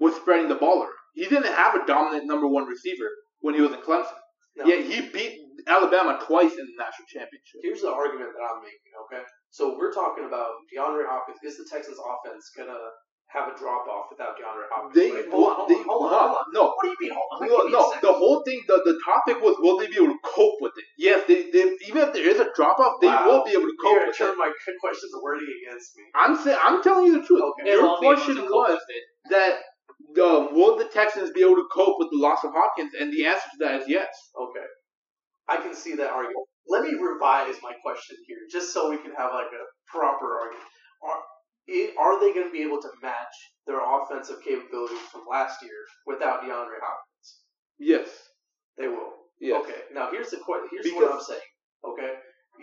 Speaker 10: was spreading the ball around. He didn't have a dominant number one receiver when he was in Clemson.
Speaker 8: No.
Speaker 10: Yet he beat Alabama twice in the national championship.
Speaker 8: Here's the argument that I'm making, okay? So we're talking about DeAndre Hopkins. Is the Texans offense going to have a drop off without DeAndre Hopkins?
Speaker 10: They,
Speaker 8: Like,
Speaker 10: well, they huh, no.
Speaker 8: What do you mean, hold on?
Speaker 10: Well,
Speaker 8: Give me a
Speaker 10: no,
Speaker 8: second.
Speaker 10: the whole thing, the, the topic was will they be able to cope with it? Yes, they, they even if there is a drop off, they
Speaker 8: Wow.
Speaker 10: will be able to
Speaker 8: You're
Speaker 10: cope
Speaker 8: gonna
Speaker 10: with
Speaker 8: turn
Speaker 10: it.
Speaker 8: my questions wording against me.
Speaker 10: I'm saying, I'm telling you the truth.
Speaker 8: Okay.
Speaker 9: They
Speaker 10: Your
Speaker 9: won't be able
Speaker 10: question
Speaker 9: to cope
Speaker 10: was
Speaker 9: with it.
Speaker 10: that um, will the Texans be able to cope with the loss of Hopkins? And the answer to that is yes.
Speaker 8: Okay. I can see that argument. Let me revise my question here, just so we can have like a proper argument. Are, i- are they going to be able to match their offensive capabilities from last year without DeAndre Hopkins?
Speaker 10: Yes.
Speaker 8: They will.
Speaker 10: Yes.
Speaker 8: Okay. Now here's the que- here's what
Speaker 10: Because-
Speaker 8: I'm saying. Okay.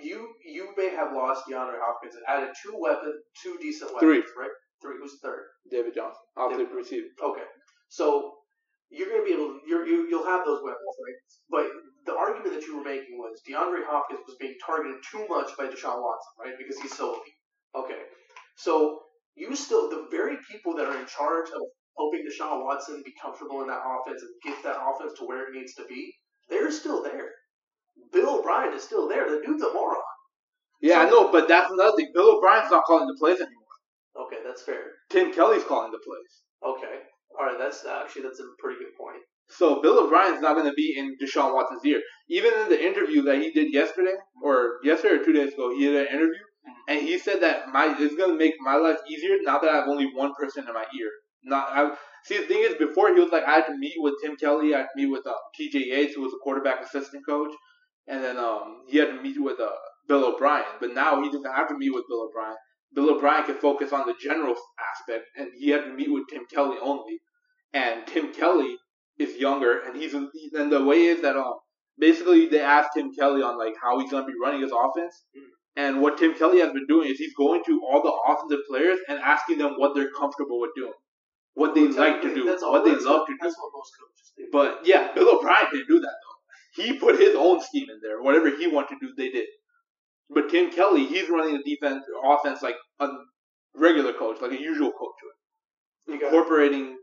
Speaker 8: You you may have lost DeAndre Hopkins and added two weapon two decent
Speaker 10: Three.
Speaker 8: weapons, right? Three. Who's the third?
Speaker 10: David Johnson,
Speaker 8: David
Speaker 10: offensive
Speaker 8: Johnson.
Speaker 10: receiver.
Speaker 8: Okay. So you're going to be able to, you're, you, you'll have those weapons, right? But the argument that you were making was DeAndre Hopkins was being targeted too much by Deshaun Watson, right? Because he's so elite. Okay. So you still, the very people that are in charge of helping Deshaun Watson be comfortable in that offense and get that offense to where it needs to be, they're still there. Bill O'Brien is still there. The dude's a moron.
Speaker 10: Yeah, I know, but that's another thing. Bill O'Brien's not calling the plays anymore.
Speaker 8: Okay, that's fair.
Speaker 10: Tim Kelly's calling the plays.
Speaker 8: Okay. All right, that's actually, that's a pretty good point.
Speaker 10: So Bill O'Brien's not going to be in Deshaun Watson's ear. Even in the interview that he did yesterday, or yesterday or two days ago, he did an interview, and he said that my it's going to make my life easier now that I have only one person in my ear. Not I see the thing is before he was like I had to meet with Tim Kelly, I had to meet with uh, T.J. Yates, who was a quarterback assistant coach, and then um he had to meet with uh, Bill O'Brien. But now he doesn't have to meet with Bill O'Brien. Bill O'Brien can focus on the general aspect, and he had to meet with Tim Kelly only. And Tim Kelly is younger, and he's and the way is that um basically they asked Tim Kelly on like how he's gonna be running his offense,
Speaker 8: Mm.
Speaker 10: and what Tim Kelly has been doing is he's going to all the offensive players and asking them what they're comfortable with doing, what they
Speaker 8: Well,
Speaker 10: like to
Speaker 8: technically,
Speaker 10: do,
Speaker 8: that's all-
Speaker 10: what they
Speaker 8: that's
Speaker 10: love to do.
Speaker 8: That's what most coaches do.
Speaker 10: But yeah, Bill O'Brien didn't do that though. He put his own scheme in there. Whatever he wanted to do, they did. But Tim Kelly, he's running the defense offense like a regular coach, like a usual coach,
Speaker 8: You got it.
Speaker 10: incorporating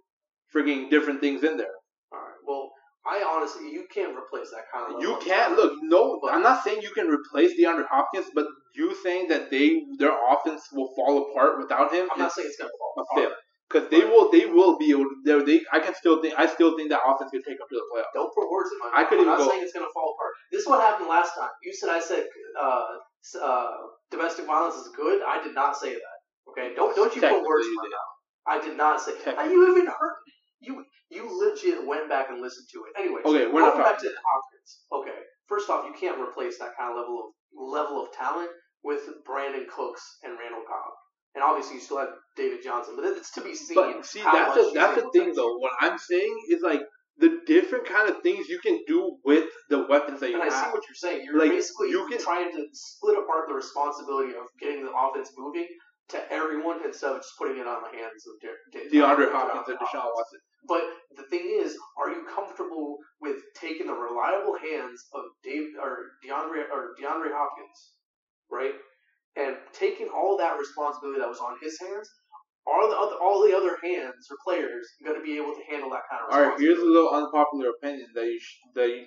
Speaker 10: freaking different things in there.
Speaker 8: All right. Well, I honestly, you can't replace that kind of. level
Speaker 10: You
Speaker 8: of
Speaker 10: can't
Speaker 8: talent.
Speaker 10: look. No, I'm not saying you can replace DeAndre Hopkins, but you saying that they their offense will fall apart without him.
Speaker 8: I'm not
Speaker 10: is
Speaker 8: saying it's gonna fall.
Speaker 10: a
Speaker 8: apart.
Speaker 10: fail because they will they will be able. To, they I can still think I still think that offense can take them to the playoffs.
Speaker 8: Don't put words in my mouth.
Speaker 10: I couldn't
Speaker 8: am not
Speaker 10: even go-
Speaker 8: saying it's going to fall apart. This is what happened last time. You said I said uh, s- uh, domestic violence is good. I did not say that. Okay, don't don't you put
Speaker 10: Technically,
Speaker 8: words in
Speaker 10: you
Speaker 8: my
Speaker 10: did.
Speaker 8: mouth. I did not say.
Speaker 10: Technically.
Speaker 8: Are you even heard? You you legit went back and listened to it. Anyway,
Speaker 10: Okay, we're not
Speaker 8: going back to
Speaker 10: talking-
Speaker 8: the conference. Okay, first off, you can't replace that kind of level of level of talent with Brandon Cooks and Randall Cobb. And obviously, you still have David Johnson, but it's to be seen.
Speaker 10: But see,
Speaker 8: how
Speaker 10: that's
Speaker 8: much
Speaker 10: the,
Speaker 8: he's
Speaker 10: that's the
Speaker 8: able to
Speaker 10: thing though. What I'm saying is like the different kind of things you can do with the weapons that you
Speaker 8: And I
Speaker 10: have.
Speaker 8: see what you're saying. You're
Speaker 10: Like,
Speaker 8: basically
Speaker 10: you can-
Speaker 8: trying to split apart the responsibility of getting the offense moving to everyone instead of just putting it on the hands of De- De-
Speaker 10: DeAndre Hopkins and Deshaun Watson.
Speaker 8: But the thing is, are you comfortable with taking the reliable hands of Dave or DeAndre or DeAndre Hopkins, right? And taking all that responsibility that was on his hands, are the other, all the other hands or players going to be able to handle that kind of
Speaker 10: All right,
Speaker 8: responsibility?
Speaker 10: here's a little unpopular opinion that you sh- that you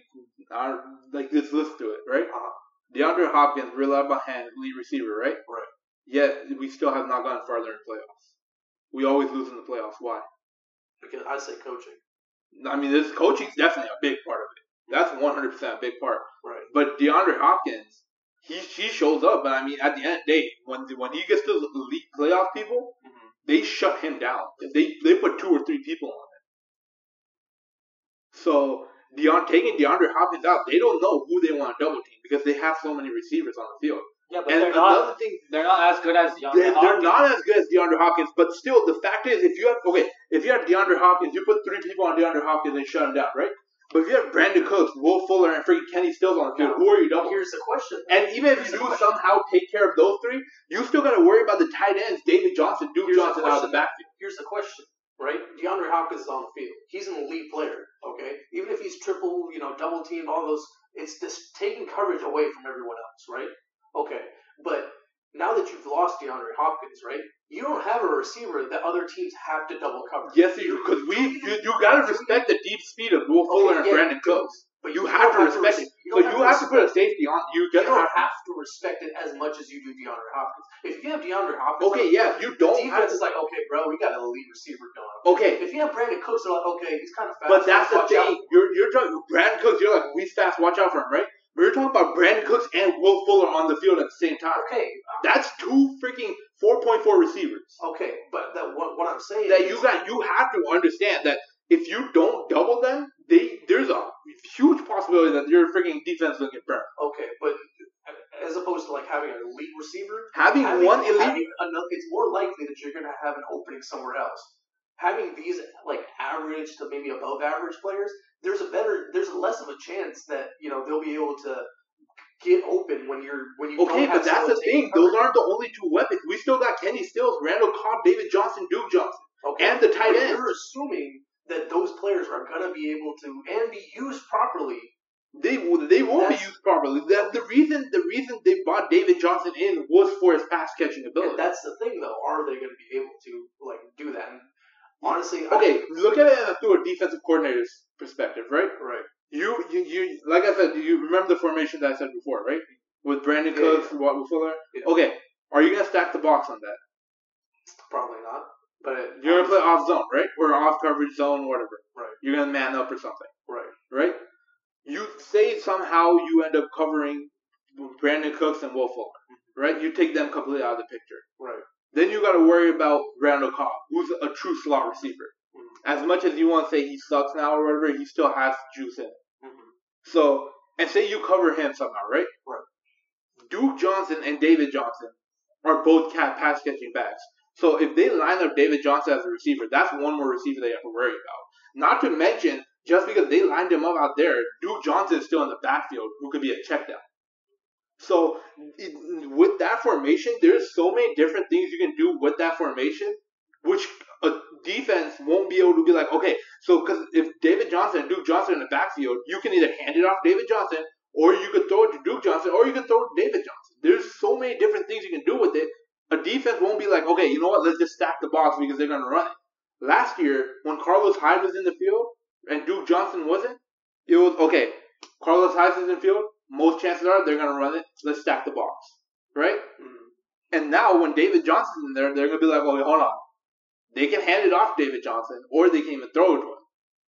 Speaker 10: are like just listen to it, right?
Speaker 8: Uh-huh.
Speaker 10: DeAndre Hopkins, reliable hand lead receiver, right?
Speaker 8: Right.
Speaker 10: Yet we still have not gotten farther in playoffs. We always lose in the playoffs. Why?
Speaker 8: Because I say coaching,
Speaker 10: I mean, this coaching's definitely a big part of it. That's 100 percent a big part.
Speaker 8: right?
Speaker 10: But DeAndre Hopkins, he he shows up, but I mean, at the end of the day, when when he gets to the elite playoff people,
Speaker 9: Mm-hmm.
Speaker 8: Mhm.
Speaker 10: they shut him down. They they put two or three people on him. So Deon taking DeAndre Hopkins out, they don't know who they want to double team because they have so many receivers on the field.
Speaker 9: Yeah, but
Speaker 10: and
Speaker 9: they're
Speaker 10: another
Speaker 9: not.
Speaker 10: thing,
Speaker 9: They're not as good as DeAndre
Speaker 10: they, they're
Speaker 9: Hopkins.
Speaker 10: not as good as DeAndre Hopkins, but still, the fact is, if you have okay, if you have DeAndre Hopkins, you put three people on DeAndre Hopkins and shut him down, right? But if you have Brandon Cooks, Will Fuller, and freaking Kenny Stills on the field, who are you
Speaker 8: Well,
Speaker 10: doubling?
Speaker 8: here's the question. though.
Speaker 10: And even if
Speaker 8: Here's
Speaker 10: you
Speaker 8: the
Speaker 10: do
Speaker 8: question.
Speaker 10: somehow take care of those three, you still got to worry about the tight ends, David Johnson, Duke
Speaker 8: Here's the
Speaker 10: Johnson out
Speaker 8: question.
Speaker 10: of the backfield.
Speaker 8: here's the question, right? DeAndre Hopkins is on the field. He's an elite player, okay? Even if he's triple, you know, double teamed, all those, it's just taking coverage away from everyone else, right? Okay. But now that you've lost DeAndre Hopkins, right? You don't have a receiver that other teams have to double cover.
Speaker 10: Yes, you because we you, you got to respect the deep speed of
Speaker 8: Okay,
Speaker 10: Will Fuller and
Speaker 8: yeah,
Speaker 10: Brandon
Speaker 8: you do.
Speaker 10: Cooks.
Speaker 8: But
Speaker 10: You
Speaker 8: you
Speaker 10: have to
Speaker 8: don't have to
Speaker 10: respect
Speaker 8: res-
Speaker 10: it.
Speaker 8: you
Speaker 10: So
Speaker 8: don't
Speaker 10: you
Speaker 8: have
Speaker 10: have
Speaker 8: to
Speaker 10: to put a safety on. You
Speaker 8: You
Speaker 10: just
Speaker 8: don't
Speaker 10: have
Speaker 8: have to respect it as much as you do DeAndre Hopkins. If you have DeAndre Hopkins,
Speaker 10: Okay, yeah, you don't.
Speaker 8: defense is like, okay, bro, we got an elite receiver going. on.
Speaker 10: okay,
Speaker 8: If you have Brandon Cooks, they're like, okay, he's kind of fast.
Speaker 10: But that's the
Speaker 8: Watch out.
Speaker 10: thing. You're you're talking Brandon Cooks. You're like we fast. Watch out for him, right? But you're talking about Brandon Cooks and Will Fuller on the field at the same time.
Speaker 8: Okay, um,
Speaker 10: That's two freaking four point four receivers
Speaker 8: Okay, but that what, what I'm saying
Speaker 10: that
Speaker 8: is,
Speaker 10: you got. You have to understand that if you don't double them, they there's a huge possibility that your freaking defense is gonna get burned.
Speaker 8: okay, but as opposed to like having an elite receiver,
Speaker 10: Having one elite,
Speaker 8: having another, it's more likely that you're gonna have an opening somewhere else. Having these like average to maybe above average players, there's a better, there's less of a chance that you know they'll be able to get open when you're when you.
Speaker 10: okay,
Speaker 8: don't have
Speaker 10: but that's the
Speaker 8: someone taking
Speaker 10: thing. Those
Speaker 8: coverage.
Speaker 10: aren't the only two weapons. We still got Kenny Stills, Randall Cobb, David Johnson, Duke Johnson,
Speaker 8: okay.
Speaker 10: and the tight
Speaker 8: But
Speaker 10: end.
Speaker 8: You're assuming that those players are gonna be able to and be used properly
Speaker 10: They will- they won't be
Speaker 8: That's-
Speaker 10: used properly. That the reason the reason they bought David Johnson in was for his pass catching ability.
Speaker 8: And that's the thing, though. Are they going to be able to like do that? And honestly,
Speaker 10: okay, look at it through a defensive coordinator's perspective, right?
Speaker 8: I, right?
Speaker 10: You you, you like I said, you remember the formation that I said before, right? With Brandon
Speaker 8: Yeah,
Speaker 10: Cooks,
Speaker 8: yeah.
Speaker 10: Wa- with Fuller.
Speaker 8: Yeah.
Speaker 10: Okay, are you gonna stack the box on that?
Speaker 8: Probably not. But
Speaker 10: You're gonna play off zone, right? Or off coverage zone, whatever.
Speaker 8: Right.
Speaker 10: You're gonna man up or something,
Speaker 8: right?
Speaker 10: right? You say somehow you end up covering Brandon Cooks and Will Fuller, right? You take them completely out of the picture.
Speaker 8: Mm-hmm. Right.
Speaker 10: Then you got to worry about Randall Cobb, who's a true slot receiver.
Speaker 8: Mhm.
Speaker 10: As much as you want to say he sucks now or whatever, he still has juice in him.
Speaker 8: Mhm.
Speaker 10: So, and say you cover him somehow, right?
Speaker 8: Right.
Speaker 10: Duke Johnson and David Johnson are both cat pass catching backs. So if they line up David Johnson as a receiver, that's one more receiver they have to worry about. Not to mention, just because they lined him up out there, Duke Johnson is still in the backfield, who could be a check down. So it, with that formation, there's so many different things you can do with that formation, which a defense won't be able to be like, okay, so because if David Johnson and Duke Johnson in the backfield, you can either hand it off to David Johnson, or you could throw it to Duke Johnson, or you could throw it to David Johnson. There's so many different things you can do with it. A defense won't be like, okay, you know what, let's just stack the box because they're going to run it. Last year, when Carlos Hyde was in the field and Duke Johnson wasn't, It was okay. Carlos Hyde is in field. Most chances are they're gonna run it. Let's stack the box, right?
Speaker 8: Mm-hmm.
Speaker 10: And now when David Johnson's in there, they're gonna be like, "Okay, hold on. They can hand it off David Johnson, or they can even throw it to him.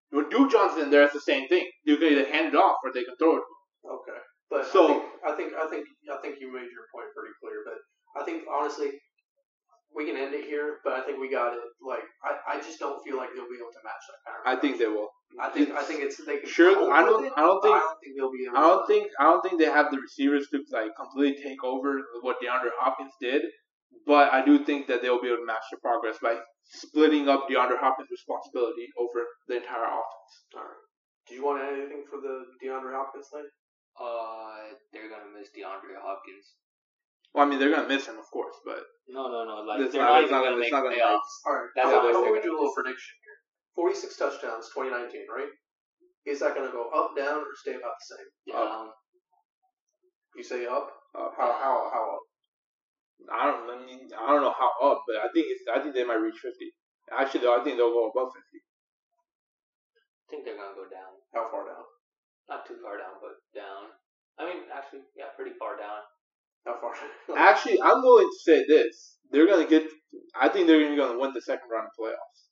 Speaker 10: When Duke Johnson in there, it's the same thing. You can either hand it off or they can throw it to him.
Speaker 8: Okay, but
Speaker 10: So-
Speaker 8: I think I think I think I think you made your point pretty clear. But I think honestly, we can end it here. But I think we got it. Like I, I just don't feel like they'll be able to match that pattern.
Speaker 10: I think they will.
Speaker 8: I think I think it's they can
Speaker 10: Sure,
Speaker 8: cope
Speaker 10: I
Speaker 8: with
Speaker 10: don't-
Speaker 8: it,
Speaker 10: I don't
Speaker 8: but I
Speaker 10: think-
Speaker 8: don't think they'll be able.
Speaker 10: I
Speaker 8: to,
Speaker 10: don't think I don't think they have the receivers to like completely take over what DeAndre Hopkins did, but I do think that they'll be able to match the progress by splitting up DeAndre Hopkins' responsibility over the entire offense.
Speaker 8: All right. Do you want to add anything for the DeAndre Hopkins thing?
Speaker 9: Uh, they're gonna miss DeAndre Hopkins.
Speaker 10: Well, I mean they're gonna miss him, of course, but
Speaker 9: No, no, no. Like
Speaker 10: It's
Speaker 9: they're not,
Speaker 10: not- it's
Speaker 9: even
Speaker 10: not-
Speaker 9: gonna
Speaker 10: it's
Speaker 9: make
Speaker 10: not gonna
Speaker 9: playoffs.
Speaker 8: All right.
Speaker 9: That's how
Speaker 8: how about
Speaker 9: they're
Speaker 8: we
Speaker 9: gonna
Speaker 8: do a
Speaker 9: lose.
Speaker 8: little prediction here? Forty-six touchdowns, 2019, right? Is that going to go up, down, or stay about the same?
Speaker 9: Um,
Speaker 8: You say up?
Speaker 10: uh,
Speaker 8: How how how up?
Speaker 10: I don't I, mean, I don't know how up, but I think it's I think they might reach fifty. Actually, I think they'll go above fifty.
Speaker 9: I think they're gonna go down.
Speaker 8: How far down?
Speaker 9: Not too far down, but down. I mean, actually, yeah, pretty far down.
Speaker 8: How far? *laughs*
Speaker 10: Actually, I'm willing to say this: they're gonna get. I think they're even gonna win the second round of playoffs.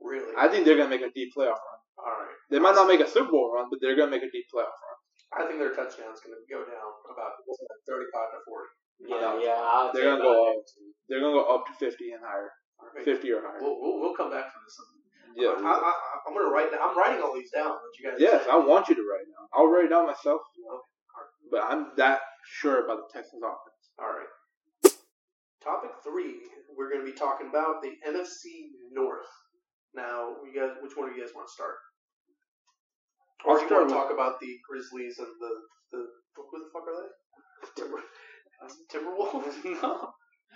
Speaker 8: really?
Speaker 10: I think they're gonna make a deep playoff run.
Speaker 8: All right.
Speaker 10: They might not make a Super Bowl run, but they're gonna make a deep playoff run.
Speaker 8: I think their touchdown's going to go down about 35 to 40.
Speaker 9: Yeah,
Speaker 10: no.
Speaker 9: yeah. I'll
Speaker 10: They're
Speaker 9: say about
Speaker 10: gonna go
Speaker 9: it.
Speaker 10: up. They're gonna go up to fifty and higher.
Speaker 8: All right.
Speaker 10: Fifty or higher.
Speaker 8: We'll, we'll, we'll come back to this.
Speaker 10: Yeah.
Speaker 8: I, I, I, I'm going to write. I'm writing all these down. What you guys?
Speaker 10: Yes,
Speaker 8: said.
Speaker 10: I want you to write it down. I'll write it down myself. if you want. But I'm that sure about the Texans offense.
Speaker 8: All right. Topic three, we're going to be talking about the NFC North. Now, you guys, which one of you guys want to start? Or
Speaker 10: I'll
Speaker 8: do you want to
Speaker 10: start with
Speaker 8: talk about the Grizzlies and the the who the fuck are they? Timber, Timberwolves?
Speaker 10: *laughs*
Speaker 9: No,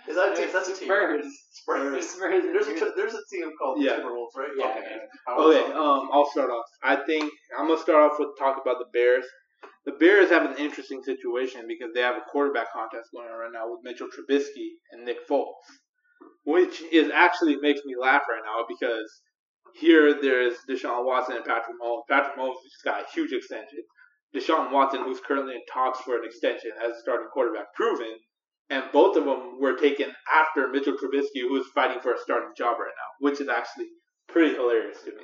Speaker 8: Is that a team? That's a team. right?
Speaker 9: Spurs.
Speaker 8: Spurs.
Speaker 9: Spurs.
Speaker 8: There's a there's a team called the
Speaker 10: Yeah.
Speaker 8: Timberwolves, right?
Speaker 9: Yeah.
Speaker 8: Okay. I don't
Speaker 10: Okay,
Speaker 8: know.
Speaker 10: um, I'll start off. I think I'm gonna start off with talk about the Bears. The Bears have an interesting situation because they have a quarterback contest going on right now with Mitchell Trubisky and Nick Foles, which is actually makes me laugh right now because here there's Deshaun Watson and Patrick Mahomes. Patrick Mahomes just got a huge extension. Deshaun Watson, who's currently in talks for an extension as a starting quarterback, proven, and both of them were taken after Mitchell Trubisky, who's fighting for a starting job right now, which is actually pretty hilarious to me.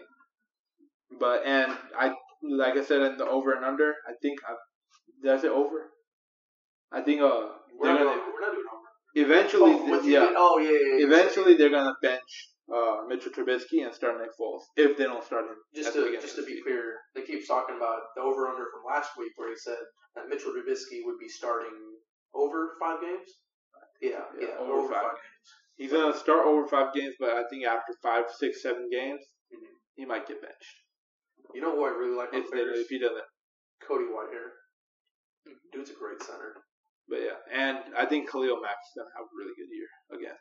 Speaker 10: But and I like I said in the over and under, I think I did I say over? I think uh
Speaker 8: We're
Speaker 10: they're
Speaker 8: not, doing,
Speaker 10: gonna
Speaker 8: we're not doing over.
Speaker 10: eventually
Speaker 8: oh, with the-
Speaker 10: yeah
Speaker 8: oh, yeah, yeah, yeah.
Speaker 10: eventually they're gonna bench uh Mitchell Trubisky and start Nick Foles if they don't start him.
Speaker 8: Just
Speaker 10: at the
Speaker 8: to
Speaker 10: beginning
Speaker 8: just
Speaker 10: of
Speaker 8: to
Speaker 10: the
Speaker 8: be
Speaker 10: season.
Speaker 8: clear, they keep talking about the over under from last week where he said that Mitchell Trubisky would be starting over five games. Yeah, yeah,
Speaker 10: Yeah,
Speaker 8: over, five, games.
Speaker 10: he's gonna start over five games, but I think after five, six, seven games,
Speaker 8: Mm-hmm.
Speaker 10: he might get benched
Speaker 8: You know who I really like on
Speaker 10: if, they,
Speaker 8: Bears?
Speaker 10: if he doesn't.
Speaker 8: Cody Whitehair.
Speaker 10: Mm-hmm.
Speaker 8: Dude's a great center.
Speaker 10: But yeah, and I think Khalil Mack's gonna have a really good year again.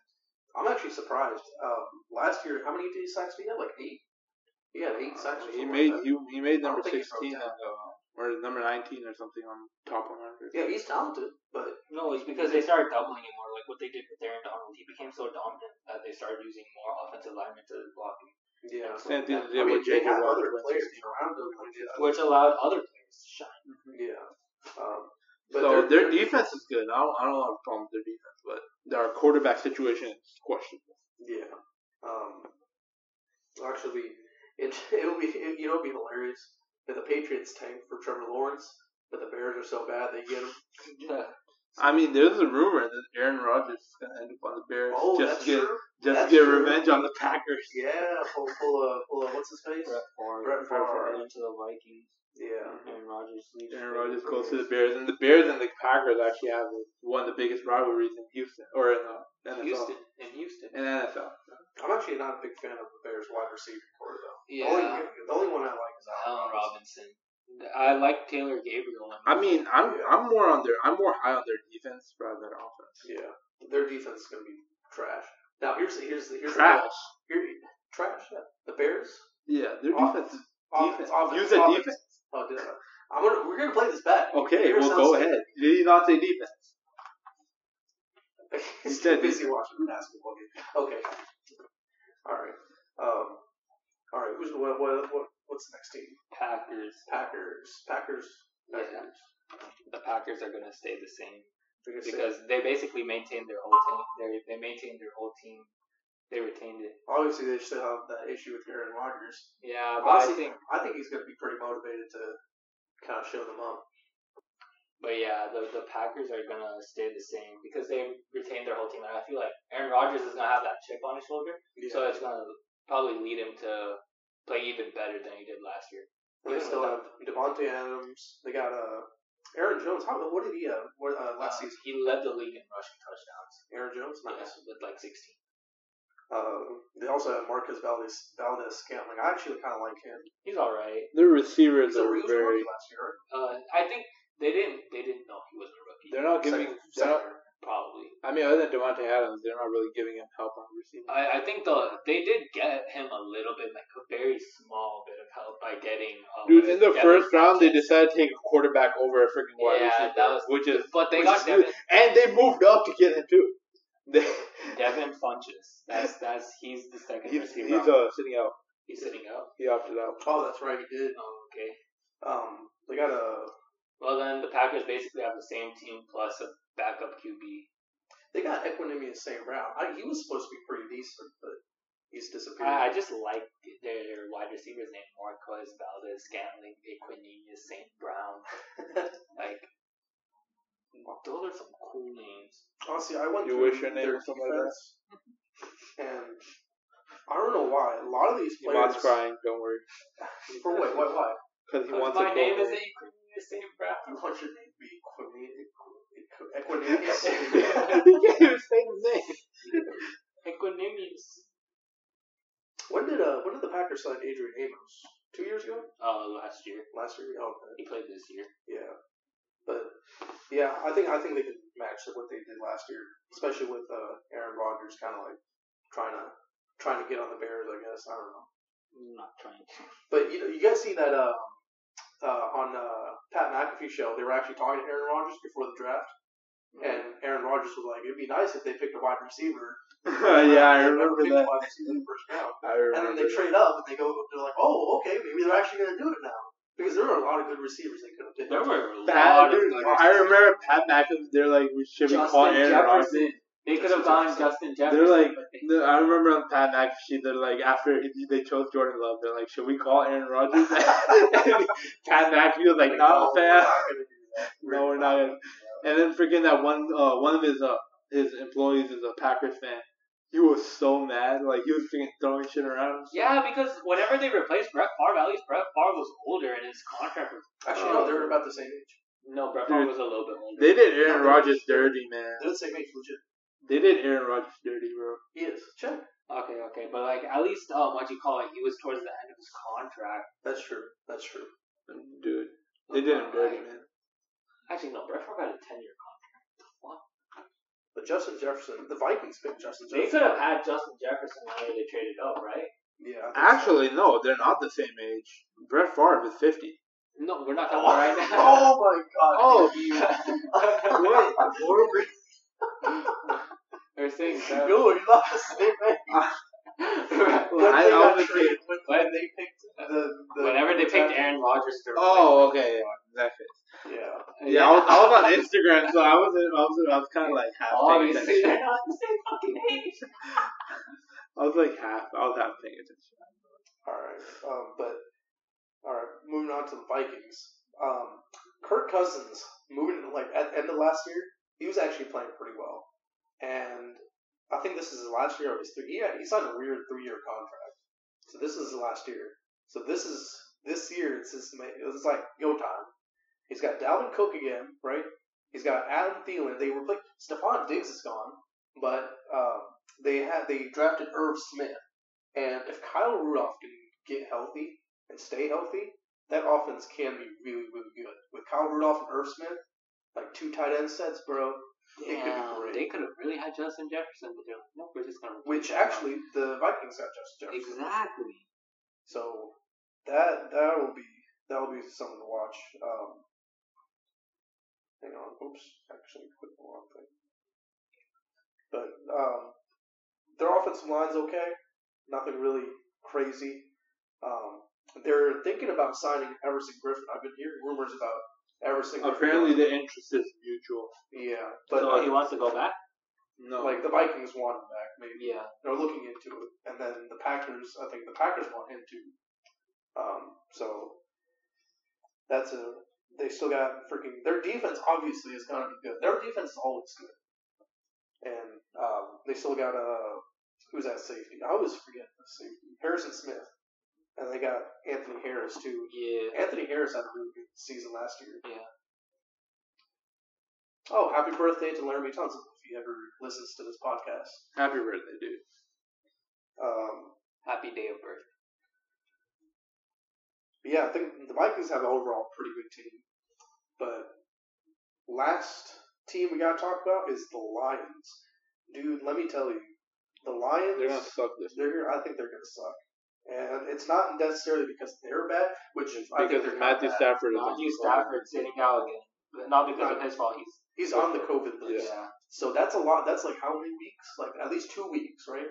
Speaker 8: I'm actually surprised. Um, last year, how many did he sacks? He had like eight. He had eight sacks. or
Speaker 10: Uh, he
Speaker 8: something like
Speaker 10: made
Speaker 8: that.
Speaker 10: he, he made
Speaker 8: I don't
Speaker 10: number
Speaker 8: think he
Speaker 10: sixteen
Speaker 8: broke
Speaker 10: and, uh, or number nineteen or something on top one hundred.
Speaker 8: Yeah, he's talented, but
Speaker 9: No, it's because they started doubling him more, like what they did with Aaron Donald. He became so dominant that they started using more offensive linemen to block him,
Speaker 8: yeah.
Speaker 10: Same thing they
Speaker 8: I
Speaker 10: did
Speaker 8: mean,
Speaker 10: with
Speaker 8: they
Speaker 10: Jacob
Speaker 8: had
Speaker 10: Ward.
Speaker 8: other players around him. like, yeah. Mm-hmm.
Speaker 9: which allowed other players to shine.
Speaker 8: Yeah. Um, but
Speaker 10: So
Speaker 8: they're-
Speaker 10: their defense is good. I don't, I don't have a problem with their defense, but their quarterback situation is questionable.
Speaker 8: Yeah. Um, actually, it *laughs* it'll be it, you know it'll be hilarious if the Patriots tank for Trevor Lawrence, but the Bears are so bad they get him.
Speaker 9: Yeah.
Speaker 10: I mean, there's a rumor that Aaron Rodgers is gonna end up on the Bears
Speaker 8: Oh, that's
Speaker 10: just to get
Speaker 8: true.
Speaker 10: just
Speaker 8: That's
Speaker 10: to get
Speaker 8: true.
Speaker 10: revenge on the Packers.
Speaker 8: Yeah, pull pull uh, pull uh, what's his face? Brett Favre.
Speaker 9: Going to the Vikings.
Speaker 8: Yeah.
Speaker 9: Aaron Rodgers. leaves for
Speaker 10: Aaron
Speaker 9: the
Speaker 10: Rodgers goes to the
Speaker 9: Bears.
Speaker 10: Bears, and the Bears and the Packers actually have one of the biggest rivalries in Houston or in uh, the NFL.
Speaker 9: Houston in Houston.
Speaker 10: In NFL.
Speaker 8: I'm actually not a big fan of the Bears wide receiver core though.
Speaker 9: Yeah.
Speaker 8: The, only, the only one I like is Allen
Speaker 9: Allen
Speaker 8: Robinson.
Speaker 9: Robinson. I like Taylor Gabriel.
Speaker 10: I mean, I'm I'm more on their I'm more high on their defense rather than offense.
Speaker 8: Yeah. Their defense is gonna be trash. Now here's the here's the here's
Speaker 10: Trash.
Speaker 8: The, here, trash. Yeah. The Bears.
Speaker 10: Yeah, their
Speaker 8: Off-
Speaker 10: defense. is-
Speaker 8: Offense,
Speaker 10: Defense.
Speaker 8: offense,
Speaker 10: Use the
Speaker 8: offense.
Speaker 10: defense.
Speaker 8: Oh, did I? I'm gonna, we're gonna play this back.
Speaker 10: Okay,
Speaker 8: Here
Speaker 10: well
Speaker 8: sounds-
Speaker 10: go
Speaker 8: *laughs*
Speaker 10: ahead. Did he not say defense?
Speaker 8: He's
Speaker 10: Instead,
Speaker 8: too busy watching the basketball game. Okay. All right. Um. All right. Who's what? What? what what's the next team?
Speaker 9: Packers.
Speaker 8: Packers. Packers.
Speaker 9: Yeah.
Speaker 8: Packers.
Speaker 9: The Packers are gonna stay the same
Speaker 8: They're gonna say-
Speaker 9: because they basically maintained their whole team. They they maintained their whole team. They retained it.
Speaker 8: obviously they still have that issue with Aaron Rodgers.
Speaker 9: Yeah, but I
Speaker 8: Honestly,
Speaker 9: think.
Speaker 8: I think he's going to be pretty motivated to kind of show them up.
Speaker 9: But yeah, the the Packers are gonna stay the same because they retained their whole team. And I feel like Aaron Rodgers is gonna have that chip on his shoulder, so it's gonna probably lead him to play even better than he did last year. Even
Speaker 8: They still
Speaker 9: without-
Speaker 8: have Devontae Adams. They got uh, Aaron Jones. How what did he have what, uh, last season?
Speaker 9: He led the league in rushing touchdowns.
Speaker 8: Aaron Jones, nice.
Speaker 9: Yeah, with like 16.
Speaker 8: Uh, they also have Marcus Valdez Valdez Scantling. I actually kind of like him.
Speaker 9: He's all right.
Speaker 10: Their receivers
Speaker 8: So
Speaker 10: are
Speaker 8: he was a
Speaker 10: very.
Speaker 8: rookie last year. right?
Speaker 9: Uh, I think they didn't. They didn't know he was a rookie.
Speaker 10: They're not giving.
Speaker 8: Second-
Speaker 10: They're not,
Speaker 8: second.
Speaker 9: Probably.
Speaker 10: I mean, other than Devontae Adams, they're not really giving him help on receiving.
Speaker 9: I, I think the they did get him a little bit, like a very small bit of help by getting. Um,
Speaker 10: Dude, in the
Speaker 9: Devin
Speaker 10: first round, they
Speaker 9: Sanchez.
Speaker 10: decided to take a quarterback over a freaking wide
Speaker 9: Yeah,
Speaker 10: receiver,
Speaker 9: that was-
Speaker 10: which is
Speaker 9: But they
Speaker 10: which
Speaker 9: got
Speaker 10: is good.
Speaker 9: Devin,
Speaker 10: and they moved up to get him too. *laughs* They,
Speaker 9: Devin Funches. That's that's he's the second
Speaker 10: he's
Speaker 9: receiver.
Speaker 10: he's uh, sitting out.
Speaker 9: he's sitting out.
Speaker 10: He opted out.
Speaker 8: Oh, that's right, he did.
Speaker 9: Oh, okay.
Speaker 8: Um, they got a
Speaker 9: Well, then the Packers basically have the same team plus a backup QB.
Speaker 8: they got Equanimous St. Brown. I, he was supposed to be pretty decent, but he's disappeared.
Speaker 9: I, I just like their, their wide receivers named Marquez Valdez, Scantling, Equinemius, St. Brown. like, those are some cool names.
Speaker 8: Honestly, I went
Speaker 10: You
Speaker 8: through
Speaker 10: wish your name
Speaker 8: their
Speaker 10: was something like that?
Speaker 8: defense, and I don't know why. A lot of these players
Speaker 10: Iman's crying. Don't worry,
Speaker 8: For what? What? Why?
Speaker 10: because he
Speaker 9: Because
Speaker 10: wants a
Speaker 9: my name
Speaker 10: goal.
Speaker 9: is Equinemius St.
Speaker 8: You
Speaker 9: Brown.
Speaker 8: want your name to be Equinemius?
Speaker 10: he
Speaker 8: Equinemius?
Speaker 10: can't even say his name.
Speaker 9: Equinemius.
Speaker 8: when did uh when did the Packers sign Adrian Amos? Two years ago?
Speaker 9: Uh, last year.
Speaker 8: Last year? Oh, okay.
Speaker 9: He played this year.
Speaker 8: yeah. But yeah, I think I think they can match what they did last year, especially with uh, Aaron Rodgers kind of like trying to trying to get on the Bears. I guess I don't know.
Speaker 9: I'm not trying to.
Speaker 8: But you know, you guys see that uh, uh, on uh, Pat McAfee show, they were actually talking to Aaron Rodgers before the draft,
Speaker 10: Mm-hmm.
Speaker 8: and Aaron Rodgers was like, "It'd be nice if they picked a wide receiver."
Speaker 10: Uh, *laughs* yeah, I
Speaker 8: They never
Speaker 10: remember
Speaker 8: picked a
Speaker 10: that.
Speaker 8: wide receiver in the first round. And
Speaker 10: I remember.
Speaker 8: then they
Speaker 10: that.
Speaker 8: trade up and they go, they're like, "Oh, okay, maybe they're actually going to do it now." Because there were a lot of good receivers they could have picked.
Speaker 9: There were a lot
Speaker 10: Pat, dude,
Speaker 9: of good
Speaker 10: I remember Pat McAfee. They're like, we should be
Speaker 9: Justin
Speaker 10: calling Aaron Rodgers.
Speaker 9: Jefferson. They could have
Speaker 8: Justin
Speaker 9: gone
Speaker 8: Jefferson.
Speaker 9: Justin Jefferson.
Speaker 10: They're like,
Speaker 9: but they-
Speaker 10: no, I remember on Pat McAfee, they're like, after he- they chose Jordan Love, they're like, should we call Aaron Rodgers? *laughs* And Pat McAfee was like,
Speaker 8: Like,
Speaker 10: no,
Speaker 8: we're
Speaker 10: fam.
Speaker 8: not gonna do that.
Speaker 10: *laughs* No, we're not. Gonna. And then freaking that one, uh, one of his uh, his employees is a Packers fan. He was so mad, like he was freaking throwing shit around.
Speaker 9: Yeah, because whenever they replaced Brett Favre, at least Brett Favre was older and his contract was.
Speaker 8: Actually, no,
Speaker 10: Oh.
Speaker 8: they're about the same age.
Speaker 9: No, Brett
Speaker 10: Dude.
Speaker 9: Favre was a little bit older.
Speaker 10: They did Aaron Rodgers dirty, man.
Speaker 8: They're the same age, legit.
Speaker 10: They did Aaron Rodgers dirty, bro.
Speaker 8: Yes, check.
Speaker 9: Okay, okay, but like at least um, what you call it, he was towards the end of his contract.
Speaker 8: That's true. That's true.
Speaker 10: Dude, they did him dirty, man.
Speaker 9: Actually, no, Brett Favre had a ten year contract. The fuck?
Speaker 8: But Justin Jefferson, the Vikings picked Justin
Speaker 9: They
Speaker 8: Jefferson.
Speaker 9: could have had Justin Jefferson whenever they traded up, right?
Speaker 8: Yeah, I think so.
Speaker 10: Actually, no, they're not the same age. Brett Favre is fifty.
Speaker 9: No, we're not talking
Speaker 8: Oh,
Speaker 9: right now.
Speaker 8: oh my god.
Speaker 10: *laughs* Oh, *laughs*
Speaker 8: what?
Speaker 9: *laughs* They're
Speaker 10: *laughs*
Speaker 9: saying
Speaker 8: No,
Speaker 9: that.
Speaker 8: you're not the same
Speaker 9: *laughs*
Speaker 8: age. When
Speaker 10: I-
Speaker 8: they
Speaker 10: I
Speaker 8: got
Speaker 10: was
Speaker 8: traded,
Speaker 10: thinking-
Speaker 8: when, when they picked uh, the, the
Speaker 9: Whenever they picked Aaron Rodgers to
Speaker 10: Oh, okay, yeah, exactly.
Speaker 8: Yeah.
Speaker 10: Yeah, I was, I was on Instagram, so I was, I was, I was kind of like half paying
Speaker 9: obviously
Speaker 10: attention.
Speaker 9: they're not the same fucking age.
Speaker 10: *laughs* I was like half, I was half paying attention.
Speaker 8: Alright. Um but alright, moving on to the Vikings. Um Kirk Cousins moving like at the end of last year, he was actually playing pretty well. And I think this is his last year of his three yeah, he signed a weird three year contract. So this is his last year. So this is this year it's his ma- it's like go time. He's got Dalvin Cook again, right? He's got Adam Thielen. They replaced Stephon Diggs is gone, but um, they had they drafted Irv Smith. And if Kyle Rudolph can get healthy and stay healthy, that offense can be really, really good. With Kyle Rudolph and Irv Smith, like two tight end sets, bro, it could be
Speaker 9: Damn,
Speaker 8: great.
Speaker 9: they could have really had Justin Jefferson, but they're like, nope, we're just gonna.
Speaker 8: Which actually the Vikings got Justin Jefferson.
Speaker 9: Exactly.
Speaker 8: So that that'll be that'll be something to watch. Um, hang on, oops, actually clicked the wrong thing. But um, their offensive line's okay. Nothing really crazy. Um, They're thinking about signing Everson Griffin. I've been hearing rumors about Everson. Griffin.
Speaker 10: Apparently, the interest is mutual.
Speaker 8: Yeah,
Speaker 9: But
Speaker 8: but
Speaker 9: so
Speaker 8: like,
Speaker 9: he wants to go back?
Speaker 10: No,
Speaker 8: like the Vikings want him back, maybe.
Speaker 9: Yeah.
Speaker 8: They're looking into it, and then the Packers. I think the Packers want him too. Um, so that's a. They still got freaking their defense. Obviously, is gonna be good. Their defense is always good, and um, they still got a who's that safety? I always forget the safety. Harrison Smith, and they got Anthony Harris too.
Speaker 9: Yeah.
Speaker 8: Anthony Harris had a really good season last year.
Speaker 9: Yeah.
Speaker 8: Oh, happy birthday to Laramie Tunsil if he ever listens to this podcast.
Speaker 10: happy birthday, dude.
Speaker 8: Um,
Speaker 9: Happy day of birth.
Speaker 8: but yeah, I think the Vikings have an overall pretty good team. But last team we got to talk about is the Lions. Dude, let me tell you, the Lions.
Speaker 10: They're gonna suck this
Speaker 8: they're here. I think they're going to suck. And it's not necessarily because they're bad, which is I think
Speaker 10: because
Speaker 8: they're not
Speaker 10: Matthew
Speaker 8: bad.
Speaker 10: Stafford is
Speaker 9: Matthew Stafford sitting out again. But Not because of his fault. He's
Speaker 8: He's on the COVID list.
Speaker 9: yeah.
Speaker 8: So that's a lot. That's like how many weeks? Like at least two weeks, right?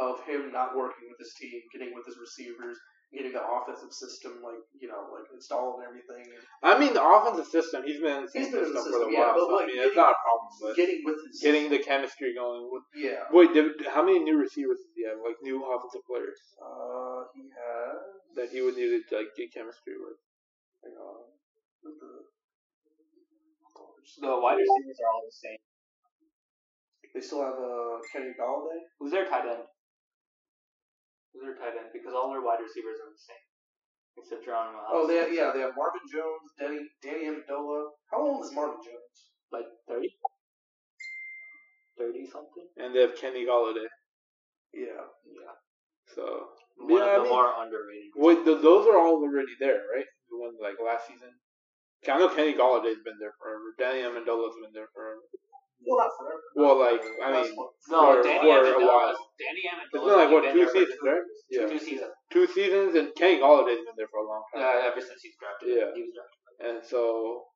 Speaker 8: Of him not working with his team, getting with his receivers, getting the offensive system, like you know, like installed and everything, and
Speaker 10: I mean, the offensive system. He's been in the same
Speaker 8: He's been in
Speaker 10: system,
Speaker 8: the system,
Speaker 10: for a while.
Speaker 8: yeah, but,
Speaker 10: so, I
Speaker 8: like,
Speaker 10: mean,
Speaker 8: getting-
Speaker 10: it's not a problem. But
Speaker 8: getting with his
Speaker 10: getting the chemistry going. With,
Speaker 8: yeah.
Speaker 10: wait, did, how many new receivers does he have? Like new offensive players
Speaker 8: Uh, he has.
Speaker 10: that he would need to like get chemistry with.
Speaker 8: Hang on. What the- hold on, just-
Speaker 9: the wide receivers are all the same.
Speaker 8: They still have uh, Kenny Galladay.
Speaker 9: Who's their tight end? Who's their tight end? Because all their wide receivers are the same. Except Geronimo
Speaker 8: Oh,
Speaker 9: Allison.
Speaker 8: they have, yeah, they have Marvin Jones, Danny Danny Amendola. How old is Marvin Jones?
Speaker 9: Like 30? 30 something?
Speaker 10: And they have Kenny Galladay.
Speaker 8: Yeah,
Speaker 9: Yeah.
Speaker 10: So
Speaker 9: One
Speaker 10: Yeah, I
Speaker 9: of the
Speaker 10: mean-
Speaker 9: more underrated.
Speaker 10: wait, th those are all already there, right? The one like last season. I know Kenny Galladay's been there forever. Danny Amendola's been there forever.
Speaker 8: well, not forever.
Speaker 10: Well, like I
Speaker 8: Last
Speaker 10: mean,
Speaker 8: one.
Speaker 9: No,
Speaker 10: for-
Speaker 9: Danny
Speaker 10: for a
Speaker 9: Amendola's.
Speaker 10: while.
Speaker 9: Danny Amendola's.
Speaker 10: it's been like what
Speaker 9: been
Speaker 10: two
Speaker 9: there for
Speaker 10: seasons,
Speaker 9: two-
Speaker 10: right?
Speaker 9: Two,
Speaker 10: Yeah,
Speaker 9: two seasons.
Speaker 10: two seasons, and Kenny Galladay's been there for a long time.
Speaker 9: Uh, ever since he's drafted.
Speaker 10: Yeah.
Speaker 9: He was drafted.
Speaker 10: And so,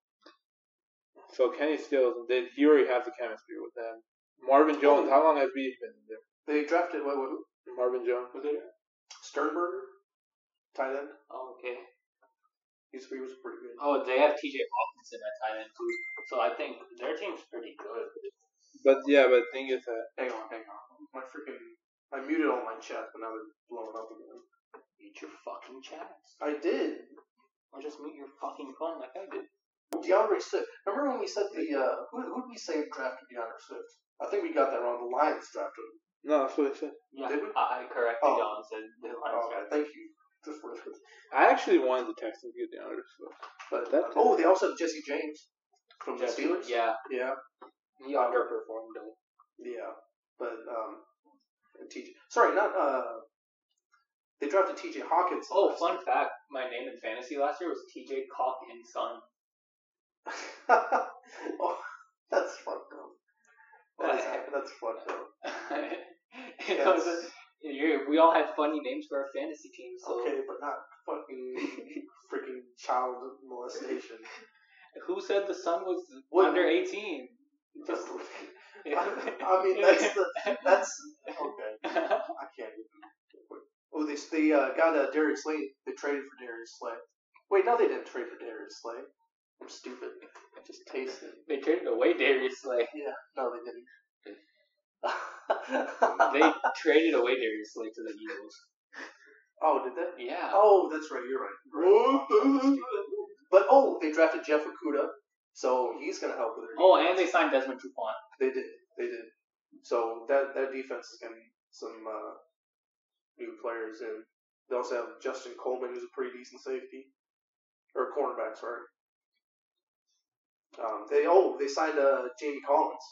Speaker 10: so Kenny Stills, they, he already has the chemistry with them.
Speaker 9: Oh.
Speaker 10: Marvin Jones, how long has he been there?
Speaker 8: They drafted what? what
Speaker 10: Marvin Jones.
Speaker 9: Was it?
Speaker 8: Sternberger, tight end.
Speaker 9: Oh, okay.
Speaker 8: He's, he was pretty good.
Speaker 9: Oh, they have TJ Hawkinson at tight end too. So I think their team's pretty good.
Speaker 10: But yeah, but the thing is that
Speaker 8: Hang on, hang on. My freaking, I muted all my chat, but now they're blowing up again.
Speaker 9: Mute your fucking chats.
Speaker 8: I did.
Speaker 9: Or just mute your fucking phone like I did.
Speaker 8: DeAndre Swift. Remember when we said the uh, who who did we say drafted DeAndre Swift? I think we got that wrong. The Lions drafted him.
Speaker 10: no, that's what I said.
Speaker 9: Yeah,
Speaker 8: Did we?
Speaker 9: I I corrected
Speaker 8: Oh.
Speaker 9: y'all and said the Lions
Speaker 8: Oh,
Speaker 9: got-
Speaker 8: thank you. Just for-
Speaker 10: I actually wanted the Texans to get the honors.
Speaker 8: But
Speaker 10: That-
Speaker 8: oh, they also have Jesse James from the
Speaker 9: Jesse-
Speaker 8: Steelers.
Speaker 9: Yeah,
Speaker 8: yeah,
Speaker 9: he underperformed though.
Speaker 8: yeah. But um, and TJ. Sorry, not uh. They drafted T.J. Hawkins.
Speaker 9: Oh, fun fact: my name in fantasy last year was TJ Cock and Son.
Speaker 8: *laughs* oh, that's fucked up. That is,
Speaker 9: What?
Speaker 8: that's fucked up.
Speaker 9: *laughs* it was a, you- we all had funny names for our fantasy team, so
Speaker 8: Okay, but not fucking
Speaker 9: *laughs*
Speaker 8: freaking child molestation.
Speaker 9: who said the son was
Speaker 8: What-
Speaker 9: under eighteen?
Speaker 8: *laughs*
Speaker 9: Just-
Speaker 8: I
Speaker 9: *laughs*
Speaker 8: mean, that's the that's okay. I can't even. Oh, they they uh, got uh, Darius Slay. They traded for Darius Slay. Wait, no, they didn't trade for Darius Slay. I'm stupid. I just tasted.
Speaker 9: they traded away Darius Slay.
Speaker 8: Yeah, no, they didn't. *laughs*
Speaker 9: They traded away Darius Slay to the Eagles.
Speaker 8: oh, did they?
Speaker 9: Yeah.
Speaker 8: Oh, that's right. You're right. You're right. but oh, they drafted Jeff Okuda, so he's gonna help with their.
Speaker 9: Oh, and they signed Desmond Trufant.
Speaker 8: They did. They did. So that that defense is getting some uh, new players in. They also have Justin Coleman, who's a pretty decent safety or cornerback. Sorry. Um, they oh they signed uh, Jamie Collins.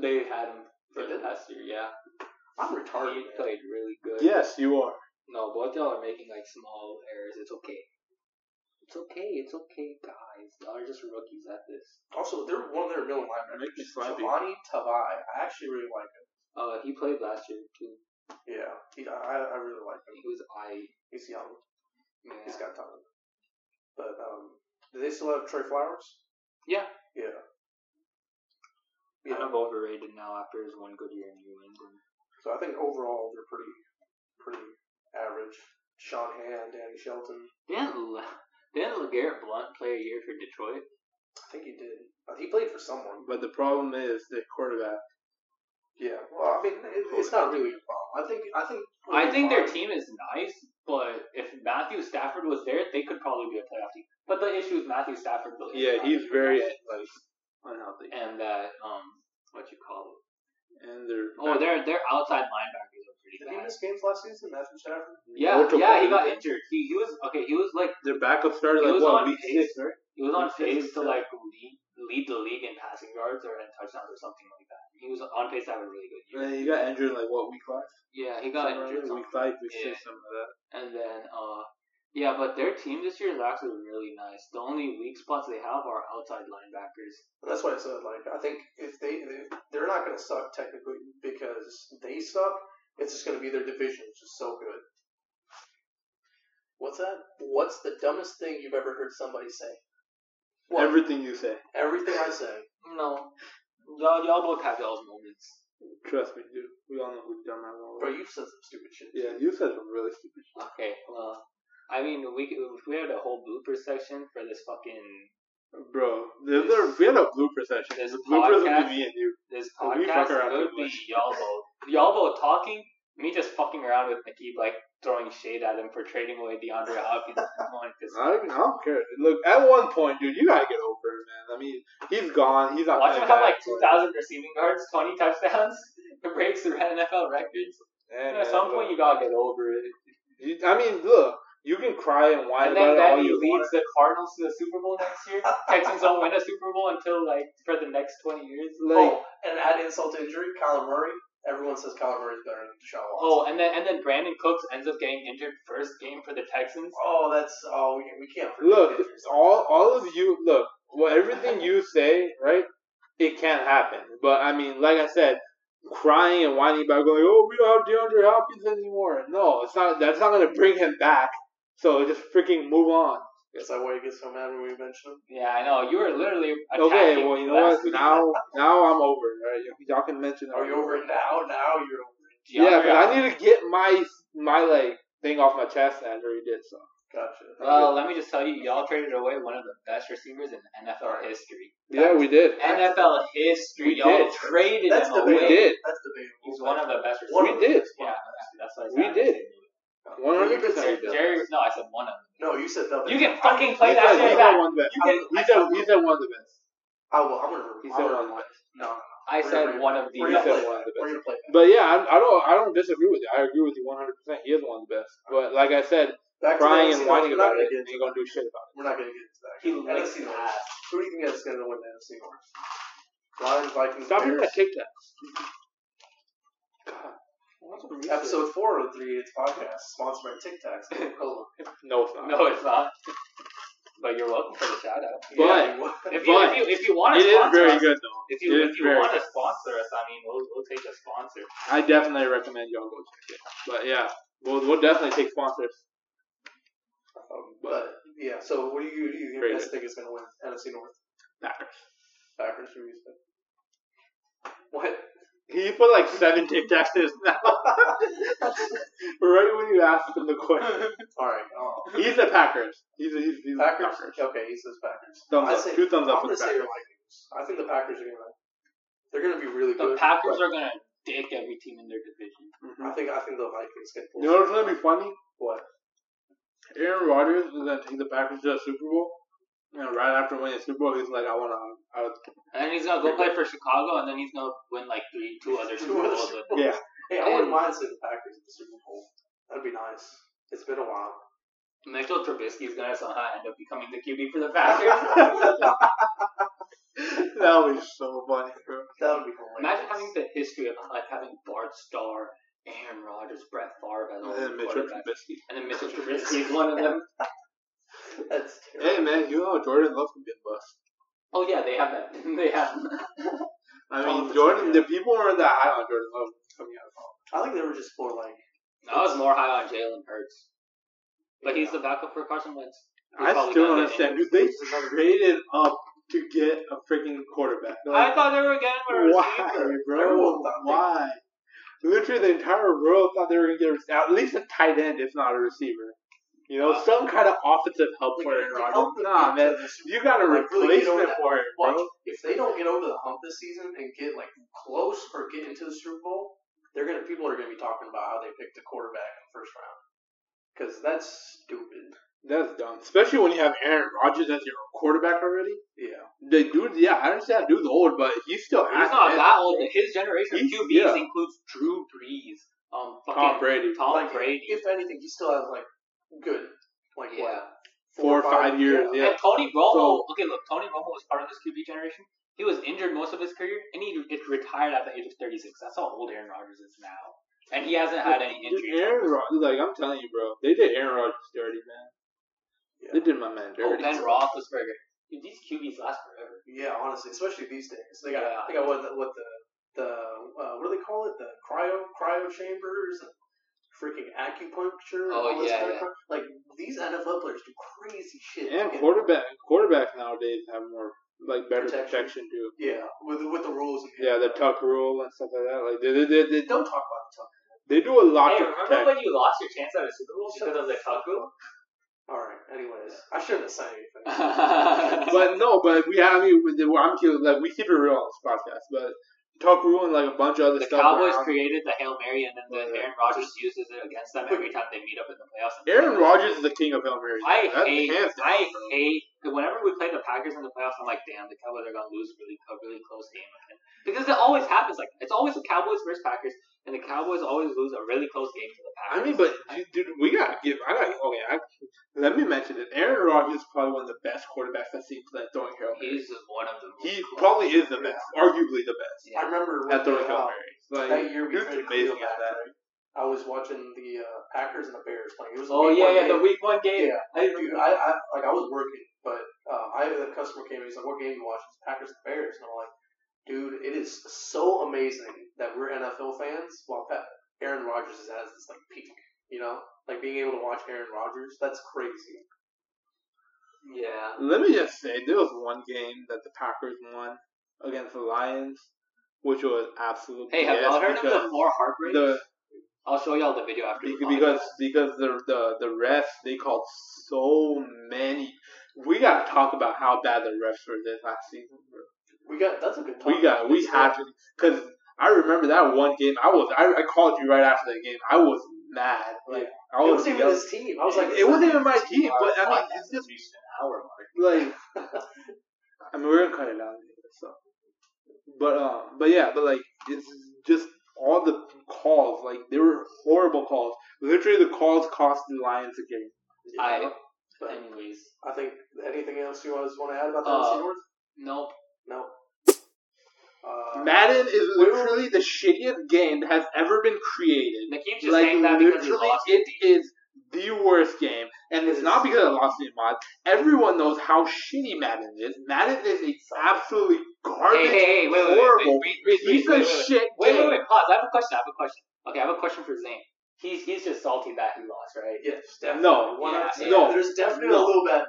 Speaker 9: They had him for the
Speaker 8: They did?
Speaker 9: past year. Yeah.
Speaker 8: I'm
Speaker 9: he
Speaker 8: retarded. man.
Speaker 9: played really good.
Speaker 10: Yes, you are.
Speaker 9: No, both y'all are making like small errors. It's okay. It's okay. It's okay, guys. Y'all are just rookies at this.
Speaker 8: Also, they're one of their middle
Speaker 10: Make me
Speaker 8: linebackers,
Speaker 10: slappy.
Speaker 8: Giovanni Tavai. I actually really like him.
Speaker 9: Uh, he played last year too.
Speaker 8: Yeah, he, I I really like him.
Speaker 9: He was I.
Speaker 8: He's young. He's
Speaker 9: Yeah.
Speaker 8: got talent. But um, do they still have Trey Flowers?
Speaker 9: Yeah.
Speaker 8: Yeah.
Speaker 9: Kind
Speaker 8: Yeah.
Speaker 9: of overrated now after his one good year in New England.
Speaker 8: So I think overall they're pretty pretty average. Sean Hand, Danny Shelton.
Speaker 9: Didn't didn't Legarrette Blunt play a year for Detroit?
Speaker 8: I think he did. Uh, He played for someone.
Speaker 10: But the problem is the quarterback.
Speaker 8: Yeah. Well, I mean, it, it's not really a problem. I think. I think.
Speaker 9: I think their team is nice, but if Matthew Stafford was there, they could probably be a playoff team. But the issue is Matthew Stafford. Really is
Speaker 10: Yeah,
Speaker 9: not
Speaker 10: he's
Speaker 9: a
Speaker 10: very
Speaker 9: playoff
Speaker 10: like unhealthy.
Speaker 9: team. and that um, what you call it?
Speaker 10: And they're
Speaker 9: Oh, their their outside linebackers are pretty
Speaker 8: Did he
Speaker 9: bad.
Speaker 8: miss games last season? Matthew Stafford.
Speaker 9: Yeah,
Speaker 10: multiple-
Speaker 9: yeah, he got injured. He he was okay. He was like
Speaker 10: their backup started
Speaker 9: He
Speaker 10: like
Speaker 9: was
Speaker 10: what
Speaker 9: on
Speaker 10: week
Speaker 9: pace.
Speaker 10: six, right?
Speaker 9: he was on
Speaker 10: He
Speaker 9: pace
Speaker 10: finished,
Speaker 9: to
Speaker 10: uh,
Speaker 9: like lead, lead the league in passing yards or in touchdowns or something like that. He was on pace to have a really good year.
Speaker 10: And then he got injured like what week five?
Speaker 9: Yeah, he got
Speaker 10: Somewhere
Speaker 9: injured.
Speaker 10: around there, week
Speaker 9: something.
Speaker 10: five, week
Speaker 9: Yeah.
Speaker 10: six, something like that.
Speaker 9: And then, uh, yeah, but their team this year is actually really nice. The only weak spots they have are outside linebackers.
Speaker 8: And that's why I said like I think if they if they're not going to suck technically because they suck. It's just going to be their division, which is so good. What's that? What's the dumbest thing you've ever heard somebody say? What?
Speaker 10: Everything you say,
Speaker 8: Everything I say.
Speaker 9: No, y'all, y'all both have y'all's moments.
Speaker 10: trust me, dude. We all know who dumb I was.
Speaker 8: Bro, you've said some stupid shit.
Speaker 10: Yeah, you said some really stupid. shit.
Speaker 9: Okay, well, I mean, we could- if we had a whole blooper section for this fucking
Speaker 10: Bro, there's a, we had a blooper session.
Speaker 9: this
Speaker 10: The bloopers
Speaker 9: podcast-
Speaker 10: would be me and you.
Speaker 9: this
Speaker 10: Oh, we
Speaker 9: podcast
Speaker 10: fuck around
Speaker 9: could
Speaker 10: too
Speaker 9: be
Speaker 10: much.
Speaker 9: y'all both y'all both talking, me just fucking around with Nikki, like throwing shade at him for trading away DeAndre Hopkins. I'm like, this-
Speaker 10: I don't, even- I don't care. Look, at one point, dude, you gotta get over it, man. I mean, he's gone. He's
Speaker 9: *laughs*
Speaker 10: not.
Speaker 9: Watch him
Speaker 10: playing
Speaker 9: have
Speaker 10: back,
Speaker 9: like two thousand receiving yards, twenty touchdowns, *laughs* and breaks the NFL records.
Speaker 10: but- Yeah,
Speaker 9: At some point,
Speaker 10: man, look.
Speaker 9: you gotta get over it.
Speaker 10: You, I mean, look, you can cry and whine
Speaker 9: And
Speaker 10: about
Speaker 9: then
Speaker 10: it all
Speaker 9: Benny
Speaker 10: you want.
Speaker 9: leads the Cardinals to the Super Bowl next year. Texans don't win a Super Bowl until like for the next twenty years.
Speaker 10: Like,
Speaker 8: oh, and add insult to injury, Kyler Murray. Everyone says Kyler Murray is better than Deshaun
Speaker 9: Oh,
Speaker 8: Watson.
Speaker 9: and then and then Brandon Cooks ends up getting injured first game for the Texans.
Speaker 8: Oh, that's oh, we, we can't forget.
Speaker 10: look,
Speaker 8: injuries.
Speaker 10: all all of you, look, well, everything you say, right? It can't happen. But I mean, like I said, crying and whining about going, oh, we don't have DeAndre Hopkins anymore. No, it's not. That's not gonna bring him back. So just freaking move on.
Speaker 8: Is that why you get so mad when we mention him?
Speaker 9: Yeah, I know. You were literally attacking
Speaker 10: Okay, well, you know
Speaker 9: last week.
Speaker 10: what? Now, now I'm over. All right, y'all can mention.
Speaker 8: Are you over it now? Now you're over. it.
Speaker 9: DeAndre
Speaker 10: Yeah, but I need to get my my like thing off my chest, and I already did so.
Speaker 8: Gotcha.
Speaker 9: Well, let me just tell you, y'all traded away one of the best receivers in NFL history.
Speaker 10: Yeah, we did.
Speaker 9: NFL history,
Speaker 10: We
Speaker 9: y'all
Speaker 10: did.
Speaker 9: traded
Speaker 8: That's
Speaker 9: him
Speaker 10: We
Speaker 8: debatable.
Speaker 9: away.
Speaker 10: did.
Speaker 8: That's debatable.
Speaker 9: He's one of the best receivers.
Speaker 8: One
Speaker 10: We
Speaker 8: of
Speaker 10: did.
Speaker 9: Yeah, that's what I
Speaker 10: We
Speaker 9: said.
Speaker 10: did. One
Speaker 8: You
Speaker 10: hundred
Speaker 8: said
Speaker 10: percent.
Speaker 9: Jerry, Jerry- no, I said one of them.
Speaker 8: No, you said that.
Speaker 9: You can fucking play
Speaker 10: He
Speaker 9: that
Speaker 10: said
Speaker 9: shit
Speaker 10: he's
Speaker 9: back.
Speaker 10: at one of the best.
Speaker 9: You can-
Speaker 10: He said he's at one of the best.
Speaker 8: I will. I'm gonna.
Speaker 10: He
Speaker 8: I'm
Speaker 10: said
Speaker 8: gonna-
Speaker 10: one of the best.
Speaker 8: No,
Speaker 9: I said one of the
Speaker 8: we're
Speaker 10: He
Speaker 8: gonna
Speaker 10: said
Speaker 8: play
Speaker 9: best.
Speaker 10: one
Speaker 8: that.
Speaker 10: of the
Speaker 8: We're gonna play that.
Speaker 10: But yeah, I, I don't I don't disagree with you. I agree with you one hundred percent. He is one of the best. But like I said,
Speaker 8: Back to
Speaker 10: crying
Speaker 8: the NFC
Speaker 10: and
Speaker 8: North, we're
Speaker 10: whining
Speaker 8: not
Speaker 10: about
Speaker 8: gonna get
Speaker 10: it, and
Speaker 8: into
Speaker 10: you're gonna do shit about
Speaker 8: that. We're not gonna get into that.
Speaker 9: He licks
Speaker 8: NFC
Speaker 9: his
Speaker 8: North.
Speaker 9: ass.
Speaker 8: Who do you think is gonna win the NFC North? Lions,
Speaker 10: it.
Speaker 8: Vikings,
Speaker 10: Stop doing
Speaker 8: Bears.
Speaker 10: that TikTok.
Speaker 8: Episode four of the Three Eights podcast, sponsored by Tic
Speaker 10: *laughs*
Speaker 8: Tacs. Cool.
Speaker 10: No, it's not.
Speaker 9: No, it's not. But you're welcome for the shout out.
Speaker 10: But-
Speaker 9: If you, if you, if you want to
Speaker 10: it is
Speaker 9: sponsor
Speaker 10: very
Speaker 9: us,
Speaker 10: good though.
Speaker 9: if you,
Speaker 10: it is
Speaker 9: if you
Speaker 10: very
Speaker 9: want to
Speaker 10: good.
Speaker 9: sponsor us, I mean, we'll, we'll take a sponsor.
Speaker 10: I definitely recommend y'all go check it. But yeah, we'll we'll definitely take sponsors.
Speaker 8: Um, but yeah, so what do you, do you
Speaker 10: Very
Speaker 8: guys think is going to win NFC North?
Speaker 10: Packers.
Speaker 8: Packers, who do you think? What?
Speaker 10: He put like seven Tic Tacs in his *laughs* mouth right when you asked him the question.
Speaker 8: All right. Oh.
Speaker 10: He's the Packers. He's a, he's, he's
Speaker 8: Packers.
Speaker 10: The Packers.
Speaker 8: Okay, he says Packers.
Speaker 10: Thumbs
Speaker 8: I
Speaker 10: up.
Speaker 8: say-
Speaker 10: Two thumbs
Speaker 8: I'm
Speaker 10: up for
Speaker 8: gonna
Speaker 10: the
Speaker 8: say
Speaker 10: Packers.
Speaker 8: your Vikings. I think the Packers are going to. They're going to be really
Speaker 9: The
Speaker 8: good.
Speaker 9: Packers
Speaker 8: but
Speaker 9: are going to dick every team in their division.
Speaker 8: I think I think the Vikings can. pull
Speaker 10: Mm-hmm. You know what's
Speaker 8: something off.
Speaker 10: gonna be funny?
Speaker 8: What?
Speaker 10: Aaron Rodgers is gonna take the Packers to the Super Bowl, and right after winning the Super Bowl, he's like, "I want to." I,
Speaker 9: And then he's going to go play for Chicago, and then he's going to win like three, two other
Speaker 8: Two
Speaker 10: *laughs*
Speaker 9: Super
Speaker 8: other
Speaker 9: Bowls.
Speaker 8: Super
Speaker 9: with-
Speaker 8: Bowls.
Speaker 10: yeah,
Speaker 8: Hey, I wouldn't mind seeing the Packers at the Super Bowl. That'd be nice. It's been a
Speaker 9: *laughs*
Speaker 8: while.
Speaker 9: Mitchell Trubisky is going to somehow end up becoming the QB for the
Speaker 10: *laughs*
Speaker 9: Packers.
Speaker 10: that would be so funny, bro.
Speaker 8: That would be hilarious.
Speaker 9: Imagine having the history of like having Bart Starr, Aaron Rodgers, Brett Favre as all
Speaker 10: And then
Speaker 9: the
Speaker 10: Mitchell
Speaker 9: quarterbacks.
Speaker 10: Trubisky.
Speaker 9: and then Mitchell Trubisky is one of
Speaker 10: *laughs*
Speaker 9: them.
Speaker 8: That's
Speaker 10: Hey
Speaker 8: terrible.
Speaker 10: man, you know Jordan loves to be a bust.
Speaker 9: Oh yeah, they have that. *laughs* they have.
Speaker 10: I
Speaker 8: Oh,
Speaker 10: mean,
Speaker 8: that's
Speaker 10: Jordan.
Speaker 8: right.
Speaker 10: The people weren't that high on Jordan Love coming out of college.
Speaker 8: I think they were just more like.
Speaker 9: I was more high on Jalen Hurts, but he's the backup for Carson Wentz. He's
Speaker 10: I
Speaker 9: probably
Speaker 10: still
Speaker 9: gonna
Speaker 10: don't
Speaker 9: get
Speaker 10: understand.
Speaker 9: injured.
Speaker 10: Dude, they traded up to get a freaking quarterback. Like,
Speaker 9: I thought they were getting a
Speaker 10: why,
Speaker 9: receiver.
Speaker 10: bro?
Speaker 8: Everyone thought they-
Speaker 10: Why? Literally, the entire world thought they were going to get at least a tight end, if not a receiver. You know, some kind of offensive help for Aaron Rodgers. Nah, man, you got a
Speaker 8: Like, really get over
Speaker 10: replacement
Speaker 8: that
Speaker 10: for him,
Speaker 8: Watch,
Speaker 10: bro.
Speaker 8: if they don't get over the hump this season and get like close or get into the Super Bowl, they're gonna people are gonna be talking about how they picked a quarterback in the first round because that's stupid.
Speaker 10: That's dumb. Especially when you have Aaron Rodgers as your quarterback already.
Speaker 8: Yeah,
Speaker 10: The dude, yeah, I understand dude's old, but he's still
Speaker 9: He's not that old. His generation of
Speaker 10: He's-
Speaker 9: QBs
Speaker 10: yeah.
Speaker 9: includes Drew Brees, um, fucking
Speaker 10: Tom Brady.
Speaker 9: Tom
Speaker 8: like,
Speaker 9: Brady.
Speaker 8: If anything, he still has like good, like
Speaker 9: Yeah.
Speaker 8: what
Speaker 10: Four or five years, yeah.
Speaker 9: And Tony Romo,
Speaker 10: So-
Speaker 9: okay, look, Tony Romo was part of this QB generation. He was injured most of his career, and he it retired at the age of 36. That's how old Aaron Rodgers is now. And he hasn't had any
Speaker 10: Dude,
Speaker 9: injuries.
Speaker 10: Aaron Rodgers, like I'm telling you, bro, they did Aaron Rodgers dirty, man. They did my man
Speaker 9: Oh,
Speaker 10: dirty.
Speaker 9: Ben Roethlisberger. Dude, these QBs last forever.
Speaker 8: Yeah, honestly, especially these days, they got
Speaker 9: Yeah.
Speaker 8: they got what the, what the the uh, what do they call it? The cryo cryo chambers and freaking acupuncture. and
Speaker 9: Oh,
Speaker 8: all this
Speaker 9: yeah,
Speaker 8: kind
Speaker 9: yeah.
Speaker 8: Of, crap. like these NFL players do crazy shit.
Speaker 10: and
Speaker 8: Fucking-
Speaker 10: quarterback quarterbacks nowadays have more like better
Speaker 8: Protection.
Speaker 10: protection, too.
Speaker 8: yeah, with with the rules. and-
Speaker 10: Yeah, the tuck rule and stuff like that. Like they they they, they,
Speaker 8: Don't talk about the tuck.
Speaker 10: they do a lot
Speaker 9: Hey,
Speaker 10: to
Speaker 9: remember
Speaker 10: protect.
Speaker 9: when you lost your chance at a Super Bowl
Speaker 8: Shut
Speaker 9: because of the tuck
Speaker 10: *laughs*
Speaker 9: rule?
Speaker 8: All right. Anyways, I shouldn't have said anything.
Speaker 9: but
Speaker 10: but no, but we I mean, with the- I'm kidding, like we keep it real on this podcast, but tuck rule and like a bunch of other
Speaker 9: the
Speaker 10: stuff.
Speaker 9: Cowboys
Speaker 10: around-
Speaker 9: created the Hail Mary, and then the
Speaker 10: Yeah.
Speaker 9: Aaron Rodgers uses it against them every time they meet up in the playoffs.
Speaker 10: Aaron Rodgers is the king of Hail Marys.
Speaker 9: I
Speaker 10: That's
Speaker 9: hate,
Speaker 10: hands down,
Speaker 9: I
Speaker 10: bro.
Speaker 9: hate. Whenever we play the Packers in the playoffs, I'm like, damn, the Cowboys are gonna lose really a really close game again. because it always happens. Like it's always the Cowboys versus Packers, and the Cowboys always lose a really close game to the Packers.
Speaker 10: I mean, but dude, dude, we gotta give. I gotta. Okay, I, let me mention it. Aaron Rodgers is probably one of the best quarterbacks I've seen play throwing Hail Marys.
Speaker 9: he's just one of them.
Speaker 10: He probably is the best, arguably the best
Speaker 8: I remember
Speaker 10: at throwing Hail
Speaker 8: uh,
Speaker 10: Marys.
Speaker 8: that
Speaker 10: Like,
Speaker 8: year we
Speaker 10: dude's
Speaker 8: traded
Speaker 10: amazing
Speaker 8: Khalil back,
Speaker 10: at that.
Speaker 8: right? I was watching the uh, Packers and the Bears playing. It was a
Speaker 9: Oh
Speaker 8: week
Speaker 9: yeah,
Speaker 8: one
Speaker 9: yeah,
Speaker 8: game.
Speaker 9: the week one game.
Speaker 8: Yeah,
Speaker 9: I
Speaker 8: dude, I, I like I was working, but um, I had a customer came and he's like, "What game you watching?" It's Packers and Bears, and I'm like, "Dude, it is so amazing that we're NFL fans while Pat, Aaron Rodgers is at this like peak, you know, like being able to watch Aaron Rodgers. That's crazy."
Speaker 9: yeah.
Speaker 10: Let me just say, there was one game that the Packers won against the Lions, which was absolute.
Speaker 9: Hey, have
Speaker 10: BS
Speaker 9: y'all heard of
Speaker 10: because
Speaker 9: the four heartbreaks?
Speaker 10: the
Speaker 9: I'll show y'all the video after.
Speaker 10: Be-
Speaker 9: the podcast.
Speaker 10: because because the the the refs they called so many. We gotta talk about how bad the refs were this last season. Bro.
Speaker 8: We got that's a good. Topic.
Speaker 10: We got we had to because I remember that one game. I was I, I called you right after that game. I was mad. Like
Speaker 8: Yeah.
Speaker 10: I
Speaker 8: it
Speaker 10: was
Speaker 8: wasn't even
Speaker 10: yelling.
Speaker 8: his team. I was like,
Speaker 10: it wasn't even my team, but I mean, it's just
Speaker 9: reached an hour mark.
Speaker 10: like *laughs* I mean we're gonna cut it out. later, So, but um, but yeah, but like it's just all the calls. Like they were horrible calls. Literally, the calls cost the Lions a game.
Speaker 9: I,
Speaker 8: But
Speaker 9: anyways,
Speaker 8: I think anything else you guys want to add about that,
Speaker 9: Uh,
Speaker 8: Mr. North?
Speaker 9: nope.
Speaker 8: No. Uh,
Speaker 10: Madden is literally the shittiest game that has ever been created.
Speaker 9: Nakeem's just
Speaker 10: Like
Speaker 9: saying that because he
Speaker 10: literally,
Speaker 9: lost.
Speaker 10: it is the worst game, and it's not because I lost any mod. Everyone knows how shitty Madden is. Madden is a absolutely
Speaker 9: Hey,
Speaker 10: garbage,
Speaker 9: hey, hey, wait, wait, wait,
Speaker 10: horrible
Speaker 9: wait, wait, wait,
Speaker 10: piece
Speaker 9: wait,
Speaker 10: of
Speaker 9: wait, wait.
Speaker 10: shit.
Speaker 9: Wait,
Speaker 10: game.
Speaker 9: wait, wait, pause. I have a question. I have a question. Okay, I have a question for Zane. He's he's just salty that he lost, right?
Speaker 8: yes, definitely.
Speaker 10: No,
Speaker 8: One
Speaker 9: yeah,
Speaker 8: out of ten.
Speaker 10: no,
Speaker 8: There's definitely
Speaker 10: no.
Speaker 8: a little bit. a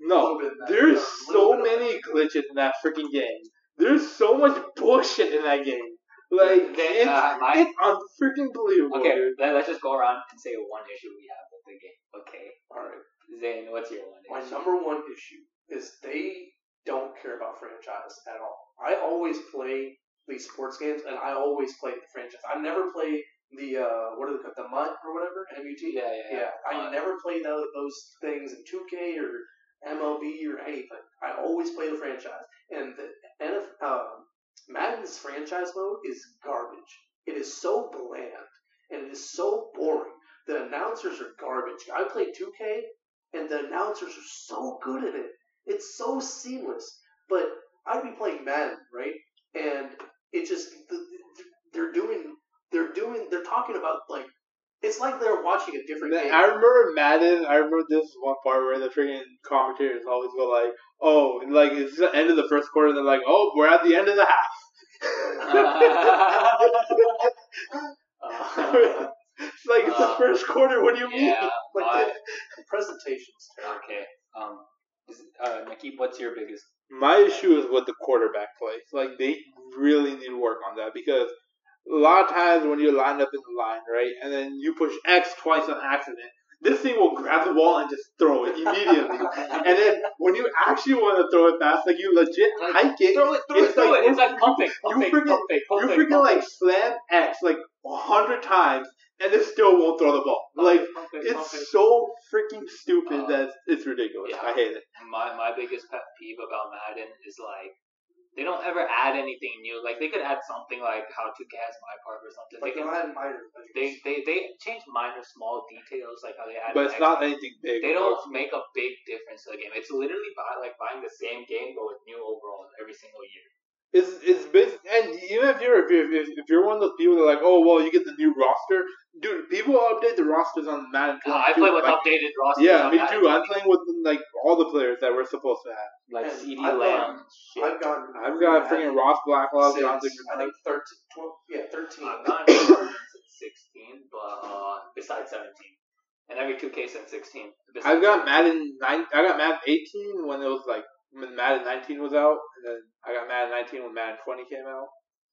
Speaker 8: little
Speaker 10: No,
Speaker 8: bit in that.
Speaker 10: there's
Speaker 8: Yeah, a little
Speaker 10: so
Speaker 8: bit of
Speaker 10: many
Speaker 8: that.
Speaker 10: glitches in that freaking game. There's so much bullshit in that game. Like
Speaker 9: Then,
Speaker 10: it's,
Speaker 9: uh, my-
Speaker 10: it's unfreaking believable.
Speaker 9: Okay,
Speaker 10: dude.
Speaker 9: let, let's just go around and say one issue we have with the game. Okay,
Speaker 8: All right.
Speaker 9: Zane, what's your one?
Speaker 8: My
Speaker 9: issue?
Speaker 8: number one issue is they don't care about franchise at all. I always play these sports games, and I always play the franchise. I never play the uh, what are they called, the MUT or whatever MUT.
Speaker 9: Yeah, yeah, yeah.
Speaker 8: Yeah, I
Speaker 9: Uh,
Speaker 8: never play tho- those things in 2K or MLB or anything. I always play the franchise, and the NF, um, Madden's franchise mode is garbage. It is so bland and it is so boring. The announcers are garbage. I played 2K, and the announcers are so good at it. It's so seamless. But I'd be playing Madden, right? And it just th- th- they're doing they're doing they're talking about like it's like they're watching a different game.
Speaker 10: I remember Madden. I remember this one part where the freaking commentators always go like, "Oh, and like it's the end of the first quarter." They're like, "Oh, we're at the end of the
Speaker 8: Uh, *laughs*
Speaker 10: half."
Speaker 9: Uh,
Speaker 10: It's *laughs* like it's the
Speaker 9: Uh,
Speaker 10: first quarter. What do you mean?
Speaker 9: *laughs* yeah.
Speaker 8: *laughs* like
Speaker 9: my-
Speaker 8: the, the presentation's terrible.
Speaker 9: okay. Um. Is, uh, Nakeem, what's your biggest?
Speaker 10: My issue is with the quarterback play. Like they really need to work on that because a lot of times when you're lined up in the line, right, and then you push X twice on accident, this thing will grab the ball and just throw it immediately. *laughs*
Speaker 8: *laughs*
Speaker 10: and then when you actually want to throw it fast, like you legit
Speaker 9: Like,
Speaker 10: hike it,
Speaker 9: throw it, throw it,
Speaker 10: it's
Speaker 9: throw
Speaker 10: like-
Speaker 9: it. It's like pump fake, pump
Speaker 10: *laughs* you
Speaker 9: fake,
Speaker 10: freaking-
Speaker 9: pump fake, pump
Speaker 10: you
Speaker 9: fake,
Speaker 10: freaking
Speaker 9: pump
Speaker 10: like
Speaker 9: fake,
Speaker 10: slam X like a hundred times, and it still won't throw the ball.
Speaker 9: pump
Speaker 10: Like
Speaker 9: fake, pump fake, pump fake.
Speaker 10: it's so freaking stupid
Speaker 9: Uh,
Speaker 10: that it's ridiculous.
Speaker 9: yeah.
Speaker 10: I hate it.
Speaker 9: my my biggest pet peeve about Madden is like they don't ever add anything new. Like they could add something like how to cast my park or something.
Speaker 8: Like
Speaker 9: they,
Speaker 8: the
Speaker 9: can,
Speaker 8: Latin minor players.
Speaker 9: they they they change minor small details like how they add.
Speaker 10: But it's
Speaker 9: like,
Speaker 10: not anything big.
Speaker 9: They don't make a big difference to the game. It's literally buy, like buying the same game but with new overalls every single year.
Speaker 10: It's it's bas- and even if you're if you're if, if you're one of those people that are like oh well you get the new roster, dude. People update the rosters on Madden.
Speaker 9: Uh, I
Speaker 10: 22,
Speaker 9: play with
Speaker 10: like,
Speaker 9: updated rosters.
Speaker 10: Yeah,
Speaker 9: on
Speaker 10: me
Speaker 9: Madden.
Speaker 10: too. I'm playing with like all the players that we're supposed to have.
Speaker 9: like
Speaker 8: And
Speaker 9: CD
Speaker 8: I've
Speaker 9: Lamb. Shit.
Speaker 8: I've gotten.
Speaker 10: I've got freaking Ross Blacklaw,
Speaker 8: Six,
Speaker 10: Jonathan
Speaker 8: I
Speaker 10: Green.
Speaker 8: think 13, 12, yeah, 13.
Speaker 10: Uh,
Speaker 9: I'm not sure since 16, but uh, besides 17, and every 2K since 16. besides
Speaker 10: I've
Speaker 9: 17.
Speaker 10: got Madden nine. I got Madden eighteen when it was like when Madden nineteen was out, and then I got Madden nineteen when Madden twenty came out,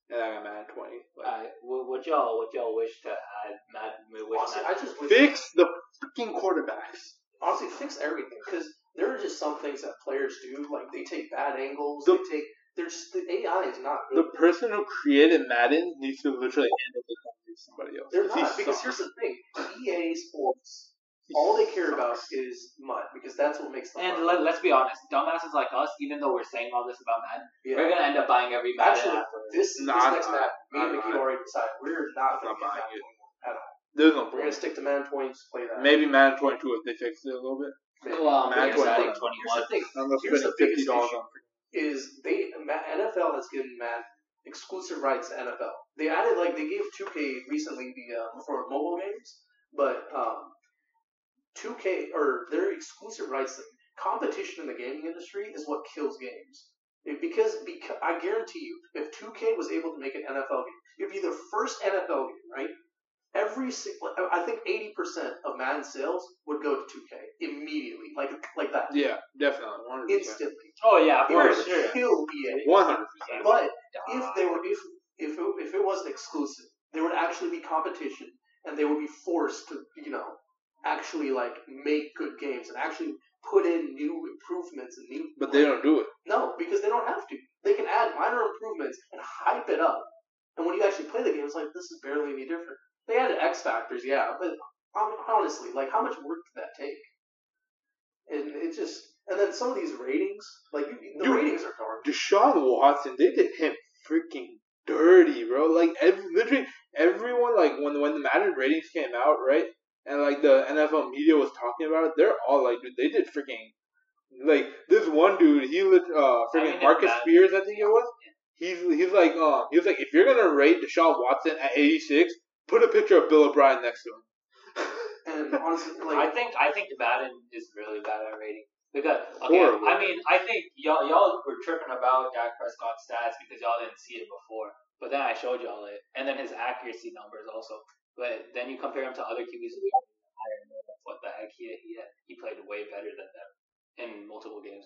Speaker 10: and I got Madden twenty. Like,
Speaker 9: Alright, what, what y'all what y'all wish to add? Mad, wish
Speaker 8: Honestly, I
Speaker 9: Mad-
Speaker 8: just wish-
Speaker 10: fix the freaking quarterbacks.
Speaker 8: honestly fix everything because there are just some things that players do. Like they take bad angles.
Speaker 10: The-
Speaker 8: they take. They're just the AI is not
Speaker 10: The
Speaker 8: good.
Speaker 10: person who created Madden needs to literally handle the company to somebody else.
Speaker 8: They're
Speaker 10: he
Speaker 8: not because
Speaker 10: sucks.
Speaker 8: here's the thing: EA Sports,
Speaker 10: He
Speaker 8: all they care about
Speaker 10: sucks.
Speaker 8: is mud because that's what makes them.
Speaker 9: and
Speaker 8: money.
Speaker 9: let, let's be honest, dumbasses like us, even though we're saying all this about Madden,
Speaker 8: Yeah.
Speaker 9: we're gonna end up buying every Madden.
Speaker 8: Actually,
Speaker 9: after.
Speaker 8: this,
Speaker 10: Nah,
Speaker 8: this
Speaker 10: I'm
Speaker 8: next
Speaker 10: not.
Speaker 8: map, me
Speaker 10: I'm
Speaker 8: and Mickey
Speaker 10: not.
Speaker 8: already decided we're not going to
Speaker 10: I'm not
Speaker 8: get that
Speaker 10: buying it.
Speaker 8: at all.
Speaker 10: There's no
Speaker 8: We're going to
Speaker 10: point.
Speaker 8: stick to Madden 20 and just play that.
Speaker 10: Maybe Madden twenty two if they fix it a little bit.
Speaker 9: well,
Speaker 10: Madden
Speaker 9: here's the thing,
Speaker 10: 21.
Speaker 9: 21.
Speaker 8: Here's the thing:
Speaker 10: I'm not
Speaker 8: Here's
Speaker 10: spending
Speaker 8: the
Speaker 10: fifty
Speaker 8: biggest
Speaker 10: dollars
Speaker 8: issue.
Speaker 10: on.
Speaker 8: is they Ma- NFL has given Madden exclusive rights to NFL. They added like they gave 2K recently the um, for mobile games, but um, 2K or their exclusive rights. Competition in the gaming industry is what kills games. It- because, because I guarantee you, if 2K was able to make an NFL game, it'd be the first NFL game, right? Every single, I think 80% of Madden sales would go to 2K immediately, like like that,
Speaker 10: Yeah, definitely. One hundred percent.
Speaker 8: instantly.
Speaker 9: Oh yeah,
Speaker 8: It
Speaker 9: for
Speaker 8: would
Speaker 9: sure.
Speaker 8: kill E EA.
Speaker 10: One hundred percent.
Speaker 8: But if they were if if it, if it wasn't exclusive, there would actually be competition, and they would be forced to you know actually like make good games and actually put in new improvements and new.
Speaker 10: But they don't do it.
Speaker 8: No, because they don't have to. They can add minor improvements and hype it up. And when you actually play the game, it's like this is barely any different. They added X factors, yeah, but um, honestly, like how much work did that take? And it just and then some of these ratings, like you, the
Speaker 10: Dude.
Speaker 8: ratings are garbage.
Speaker 10: Deshaun Watson, they did him freaking dirty, bro. Like every, literally everyone, like when when the Madden ratings came out, right, and like the NFL media was talking about it, they're all like, dude, they did freaking like this one dude, he lit uh
Speaker 9: I mean,
Speaker 10: freaking
Speaker 9: it's
Speaker 10: Marcus
Speaker 9: bad.
Speaker 10: Spears, I think it was. He's he's like um he was like if you're gonna rate Deshaun Watson at 86, put a picture of Bill O'Brien next to him.
Speaker 8: And honestly, like
Speaker 9: I think I think Madden is really bad at rating. Because okay,
Speaker 10: Horrible.
Speaker 9: I mean, I think y'all y'all were tripping about Dak Prescott's stats because y'all didn't see it before. But then I showed y'all it, and then his accuracy numbers also. But then you compare him to other QBs. in the league, and that's What the heck? He he had, he played way better than them in multiple games.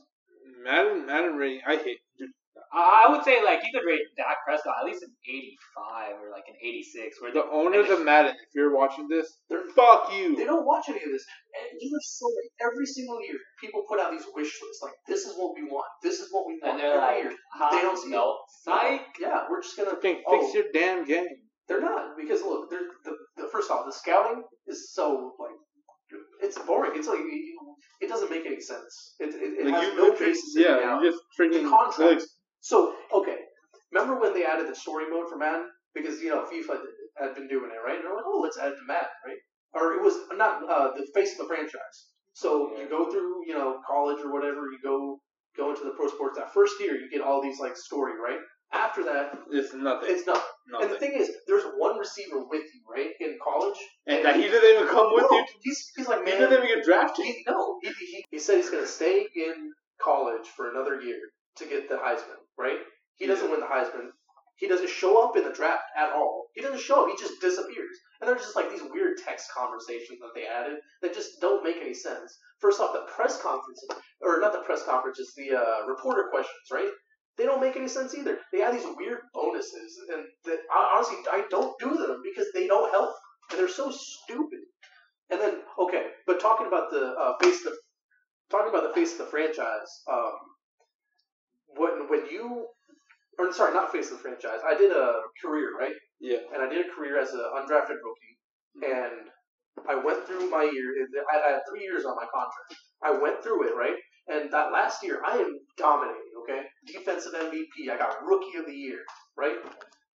Speaker 10: Madden Madden rating, I hate. Dude,
Speaker 9: I I would say like you could rate Dak Prescott at least an 85 or like an 86. Where
Speaker 10: the owners of Madden, if you're watching this,
Speaker 8: They're-
Speaker 10: fuck
Speaker 8: They
Speaker 10: you.
Speaker 8: don't watch any of this. And you have so many, every single year, people put out these wish lists like, this is what we want, this is what we want.
Speaker 9: and they're
Speaker 8: every
Speaker 9: like,
Speaker 8: year.
Speaker 9: they
Speaker 8: They
Speaker 9: don't
Speaker 8: don't see
Speaker 9: know.
Speaker 8: Like,
Speaker 9: Psych.
Speaker 8: yeah, we're just gonna.
Speaker 10: Freaking fix
Speaker 8: oh,
Speaker 10: your damn game.
Speaker 8: they're not because look, they're, the, the first off, the scouting is so like, it's boring. It's like you- it doesn't make any sense. It, it, it
Speaker 10: Like
Speaker 8: has
Speaker 10: you
Speaker 8: no
Speaker 10: literally-
Speaker 8: basis. in
Speaker 10: yeah,
Speaker 8: reality.
Speaker 10: you just freaking
Speaker 8: The contracts.
Speaker 10: like,
Speaker 8: So okay, remember when they added the story mode for Madden because you know FIFA had been doing it right? And they're like, oh, let's add it to Madden, right? Or it was not uh, the face of the franchise. So you go through you know college or whatever, you go go into the pro sports. That first year, you get all these like story, right? After that,
Speaker 10: it's nothing.
Speaker 8: it's not.
Speaker 10: nothing.
Speaker 8: And the thing is, there's one receiver with you, right, in college.
Speaker 10: and that he didn't even come with
Speaker 8: No,
Speaker 10: you.
Speaker 8: He's, he's like,
Speaker 10: He
Speaker 8: man,
Speaker 10: didn't even get drafted.
Speaker 8: he, no, he, he, he said he's going to stay in college for another year to get the Heisman, right? He doesn't win the Heisman. He doesn't show up in the draft at all. He doesn't show up. He just disappears. And there's just like these weird text conversations that they added that just don't make any sense. First off, the press conferences, or not the press conferences, the uh, reporter questions, right? They don't make any sense either. They have these weird bonuses, and that I- honestly, I don't do them because they don't help, and they're so stupid. And then, okay, but talking about the uh, face of talking about the face of the franchise, um, when when you or sorry, not face of the franchise. I did a career right,
Speaker 10: Yeah.
Speaker 8: and I did a career as an undrafted rookie, and I went through my year. I I had three years on my contract. I went through it right, and that last year I am dominating. Okay, defensive MVP. I got rookie of the year, right?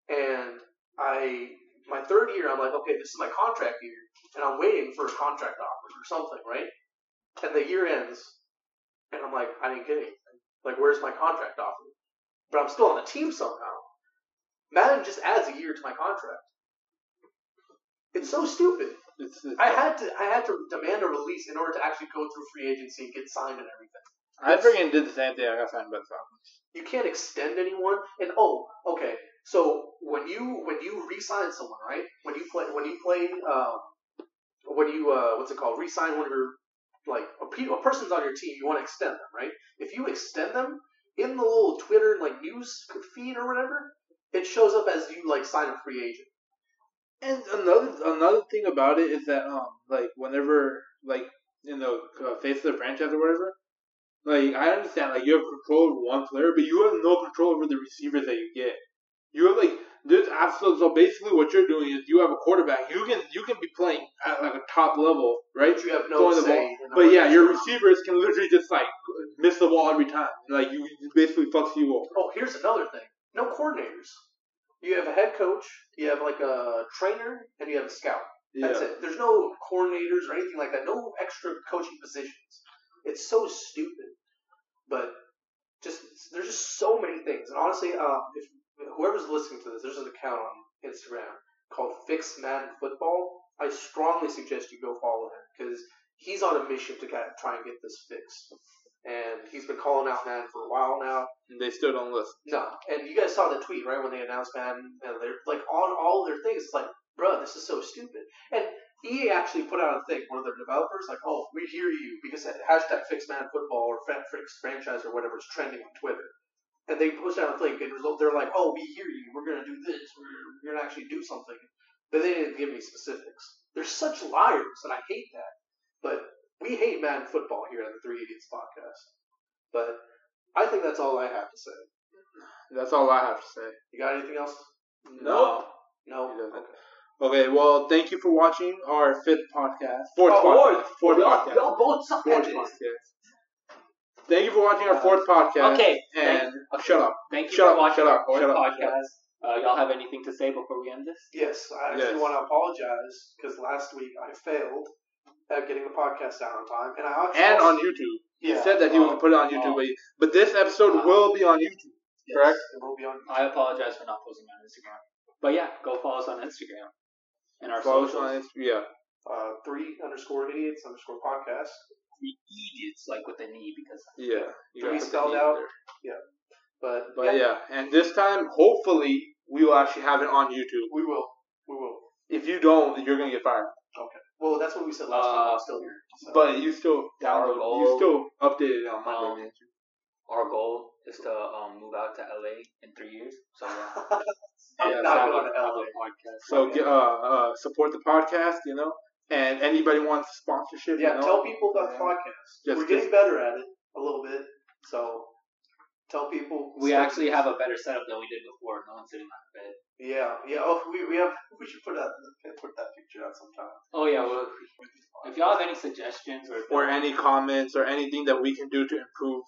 Speaker 8: And I my third year, I'm like, okay, this is my contract year, and I'm waiting for a contract offer or something, right? And the year ends, and I'm like, I didn't get anything. Like, where's my contract offer? But I'm still on the team somehow. Madden just adds a year to my contract. It's so stupid.
Speaker 10: It's, it's,
Speaker 8: I had to I had to demand a release in order to actually go through free agency and get signed and everything.
Speaker 10: I freaking did the same thing. I got signed by the Falcons.
Speaker 8: You can't extend anyone. And oh, okay. So when you when you re-sign someone, right? When you play when you play um, when you uh, what's it called? Resign one of your like a, pe- a person's on your team. You want to extend them, right? If you extend them in the little Twitter like news feed or whatever, it shows up as you like sign a free agent.
Speaker 10: And another another thing about it is that um like whenever like in the uh, face of the franchise or whatever, like I understand like you have control over one player, but you have no control over the receivers that you get. You have like there's absolute. So basically, what you're doing is you have a quarterback. You can you can be playing at like a top level, right?
Speaker 8: But you have no
Speaker 10: Throwing
Speaker 8: say
Speaker 10: ball.
Speaker 8: in the
Speaker 10: But yeah, your
Speaker 8: receivers.
Speaker 10: receivers can literally just like miss the ball every time. Like you it basically fucks you over.
Speaker 8: Oh, here's another thing. No coordinators. You have a head coach, you have like a trainer, and you have a scout. That's
Speaker 10: Yeah.
Speaker 8: it. There's no coordinators or anything like that. No extra coaching positions. It's so stupid. But just there's just so many things. And honestly, uh, if whoever's listening to this, there's an account on Instagram called Fix Madden Football. I strongly suggest you go follow him because he's on a mission to kind of try and get this fixed. And he's been calling out Madden for a while now.
Speaker 10: And they still don't listen.
Speaker 8: No, and you guys saw the tweet right when they announced Madden, and they're like on all their things. It's like, bruh, this is so stupid. And EA actually put out a thing where their developers like, oh, we hear you because hashtag fix Madden football or fa- fix franchise or whatever is trending on Twitter. And they post out a link, and result they're like, oh, we hear you. We're gonna do this. We're, we're gonna actually do something. But they didn't give me specifics. They're such liars, and I hate that. But we hate Madden football here at the Three Idiots podcast. But I think that's all I have to say.
Speaker 10: That's all I have to say.
Speaker 8: You got anything else?
Speaker 10: No.
Speaker 8: No.
Speaker 10: He doesn't.
Speaker 8: Okay.
Speaker 10: Okay, well, thank you for watching our fifth podcast. Fourth
Speaker 8: Oh,
Speaker 10: podcast. Fourth
Speaker 8: Y'all,
Speaker 10: podcast.
Speaker 8: y'all both suck at
Speaker 10: Fourth
Speaker 8: this.
Speaker 10: podcast. Thank you for watching our fourth podcast.
Speaker 9: Okay, thank-
Speaker 10: And uh, shut up.
Speaker 9: Thank you
Speaker 10: Shut
Speaker 9: for
Speaker 10: up,
Speaker 9: watching
Speaker 10: shut
Speaker 9: our
Speaker 10: up,
Speaker 9: fourth
Speaker 10: shut up, shut
Speaker 9: podcast. Uh, y'all have anything to say before we end this?
Speaker 8: Yes, I actually
Speaker 10: Yes.
Speaker 8: want to apologize because last week I failed at getting the podcast out on time, and I also
Speaker 10: And on YouTube. He
Speaker 8: Yeah.
Speaker 10: said that he was going to put it on YouTube, but, he- but this episode
Speaker 9: Uh,
Speaker 10: will be on YouTube.
Speaker 8: Yes,
Speaker 10: correct?
Speaker 8: It will be on.
Speaker 9: I apologize for not posting on Instagram. But yeah, go follow us on Instagram and our
Speaker 10: Follow us
Speaker 9: socials.
Speaker 10: on Instagram. Yeah.
Speaker 8: Uh, three underscore idiots underscore podcast.
Speaker 9: The idiots like with the knee because
Speaker 10: Yeah.
Speaker 8: Three
Speaker 10: got it.
Speaker 8: spelled out. But,
Speaker 10: But yeah, and this time, hopefully, we will actually have it on YouTube.
Speaker 8: we will. We will.
Speaker 10: If you don't, you're going to get fired.
Speaker 8: Well, that's what we said last time.
Speaker 9: Uh,
Speaker 8: I'm still here. So.
Speaker 10: But you still
Speaker 9: Our
Speaker 10: download, you
Speaker 9: goal-
Speaker 10: still updated on Monday.
Speaker 9: Um,
Speaker 10: didn't you?
Speaker 9: our goal is to um, move out to LA in three years. So
Speaker 10: *laughs*
Speaker 9: yeah,
Speaker 8: I'm
Speaker 10: yeah,
Speaker 8: not
Speaker 9: have
Speaker 8: going
Speaker 9: a-
Speaker 8: to
Speaker 9: have
Speaker 8: LA.
Speaker 9: a podcast.
Speaker 10: So get, uh, uh, support the podcast, you know. And anybody wants
Speaker 8: *laughs*
Speaker 10: sponsorship,
Speaker 8: Yeah,
Speaker 10: you know?
Speaker 8: tell people about the
Speaker 10: Yeah.
Speaker 8: podcast.
Speaker 10: Just-
Speaker 8: We're getting
Speaker 10: just-
Speaker 8: better at it a little bit, so tell people.
Speaker 9: we actually have a better setup than we did before. No one's sitting on the bed.
Speaker 8: Yeah, yeah. Oh, we, we have. We should put that put that picture out sometime.
Speaker 9: Oh yeah, well, if y'all have any suggestions or
Speaker 10: or any comments or anything that we can do to improve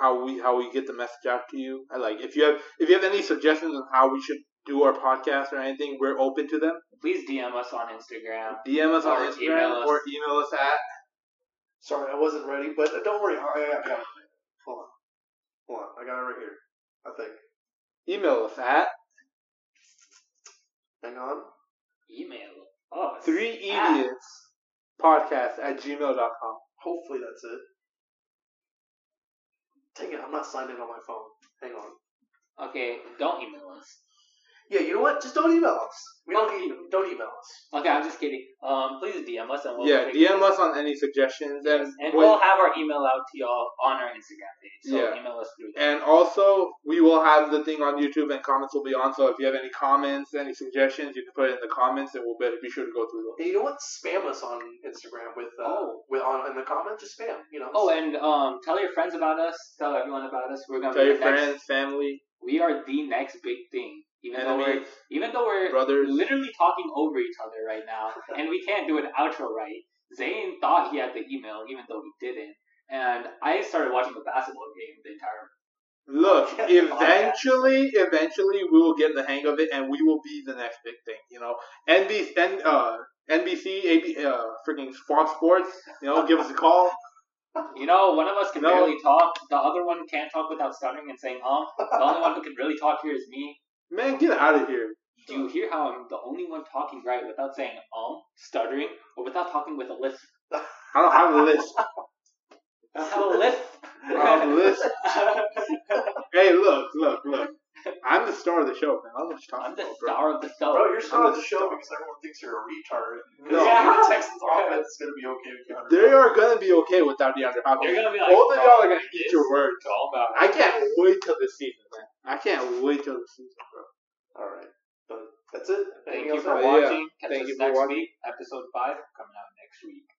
Speaker 10: how we how we get the message out to you. I like if you have if you have any suggestions on how we should do our podcast or anything, we're open to them.
Speaker 9: please DM us on Instagram.
Speaker 10: DM us on
Speaker 9: Or
Speaker 10: Instagram
Speaker 9: email us.
Speaker 10: or email us at
Speaker 8: Sorry, I wasn't ready, but uh, don't worry. I, I got it. Hold on, hold on. I got it right here. I think.
Speaker 10: email us at
Speaker 8: Hang on.
Speaker 9: Email us. Ah,
Speaker 10: three
Speaker 9: at-
Speaker 10: idiots podcast at gmail.com.
Speaker 8: Hopefully that's it. Dang it! I'm not signed in on my phone. Hang on.
Speaker 9: Okay, don't email us.
Speaker 8: Yeah, you know what? Just don't email us. We don't need them. Don't email us.
Speaker 9: Okay, I'm just kidding. Um, please DM us and we'll
Speaker 10: yeah,
Speaker 9: pick-
Speaker 10: DM us on any suggestions and
Speaker 9: and
Speaker 10: when-
Speaker 9: we'll have our email out to y'all on our Instagram page. So
Speaker 10: Yeah.
Speaker 9: email us through that.
Speaker 10: And also, we will have the thing on YouTube, and comments will be on. So if you have any comments, any suggestions, you can put it in the comments, and we'll be, be sure to go through
Speaker 8: Hey, you know what? Spam us on Instagram with uh,
Speaker 9: Oh.
Speaker 8: with on in the comments. Just spam. You know.
Speaker 9: oh, and um, tell your friends about us. Tell everyone about us. We're gonna
Speaker 10: those. Tell
Speaker 9: be
Speaker 10: your
Speaker 9: the next-
Speaker 10: friends, family,
Speaker 9: We are the next big thing. Even though we're
Speaker 10: enemies.
Speaker 9: even though we're
Speaker 10: Brothers.
Speaker 9: literally talking over each other right
Speaker 10: *laughs*
Speaker 9: now, and we can't do an outro right. Zayn thought he had the email, even though he didn't. And I started watching the basketball game the entire. *laughs*
Speaker 10: Look,
Speaker 9: Yeah,
Speaker 10: eventually, eventually, we will get the hang of it, and we will be the next big thing. You know, NBC, N, uh, NBC, AB, uh, freaking Fox Sports. You know, give us a call.
Speaker 9: You know, one of us can
Speaker 10: No.
Speaker 9: barely talk. The other one can't talk without stuttering and saying um. The only one who can really talk here is me.
Speaker 10: Man, get out of here.
Speaker 9: Do you hear how I'm the only one talking right without saying um, stuttering, or without talking with a lisp?
Speaker 10: I don't have a list.
Speaker 9: I have a
Speaker 10: *laughs*
Speaker 9: lisp.
Speaker 10: I don't have
Speaker 9: *laughs*
Speaker 10: a list. Hey, look, look, look. I'm the star of the show, man. I don't know what you're talking
Speaker 9: I'm the
Speaker 10: about, bro.
Speaker 9: star of the show.
Speaker 8: Bro, you're still on
Speaker 10: the
Speaker 8: the show
Speaker 10: star.
Speaker 8: because everyone thinks you're a retard.
Speaker 10: No.
Speaker 8: No, yeah. Texans offense is gonna be okay with you.
Speaker 10: They are gonna be okay without DeAndre Hopkins.
Speaker 9: You're gonna be like,
Speaker 10: Both of y'all are gonna
Speaker 9: "Fuck
Speaker 10: eat
Speaker 9: this."
Speaker 10: your words.
Speaker 9: It's all about
Speaker 10: I can't wait till this season, man. I can't wait till the season, bro.
Speaker 8: All right, but that's it.
Speaker 9: Thank
Speaker 8: Anything
Speaker 9: you
Speaker 8: else,
Speaker 9: for
Speaker 8: Adam?
Speaker 10: Yeah.
Speaker 9: watching. Catch
Speaker 10: Thank
Speaker 9: us
Speaker 10: you for
Speaker 9: next
Speaker 10: watching.
Speaker 9: week. Episode 5 coming out next week.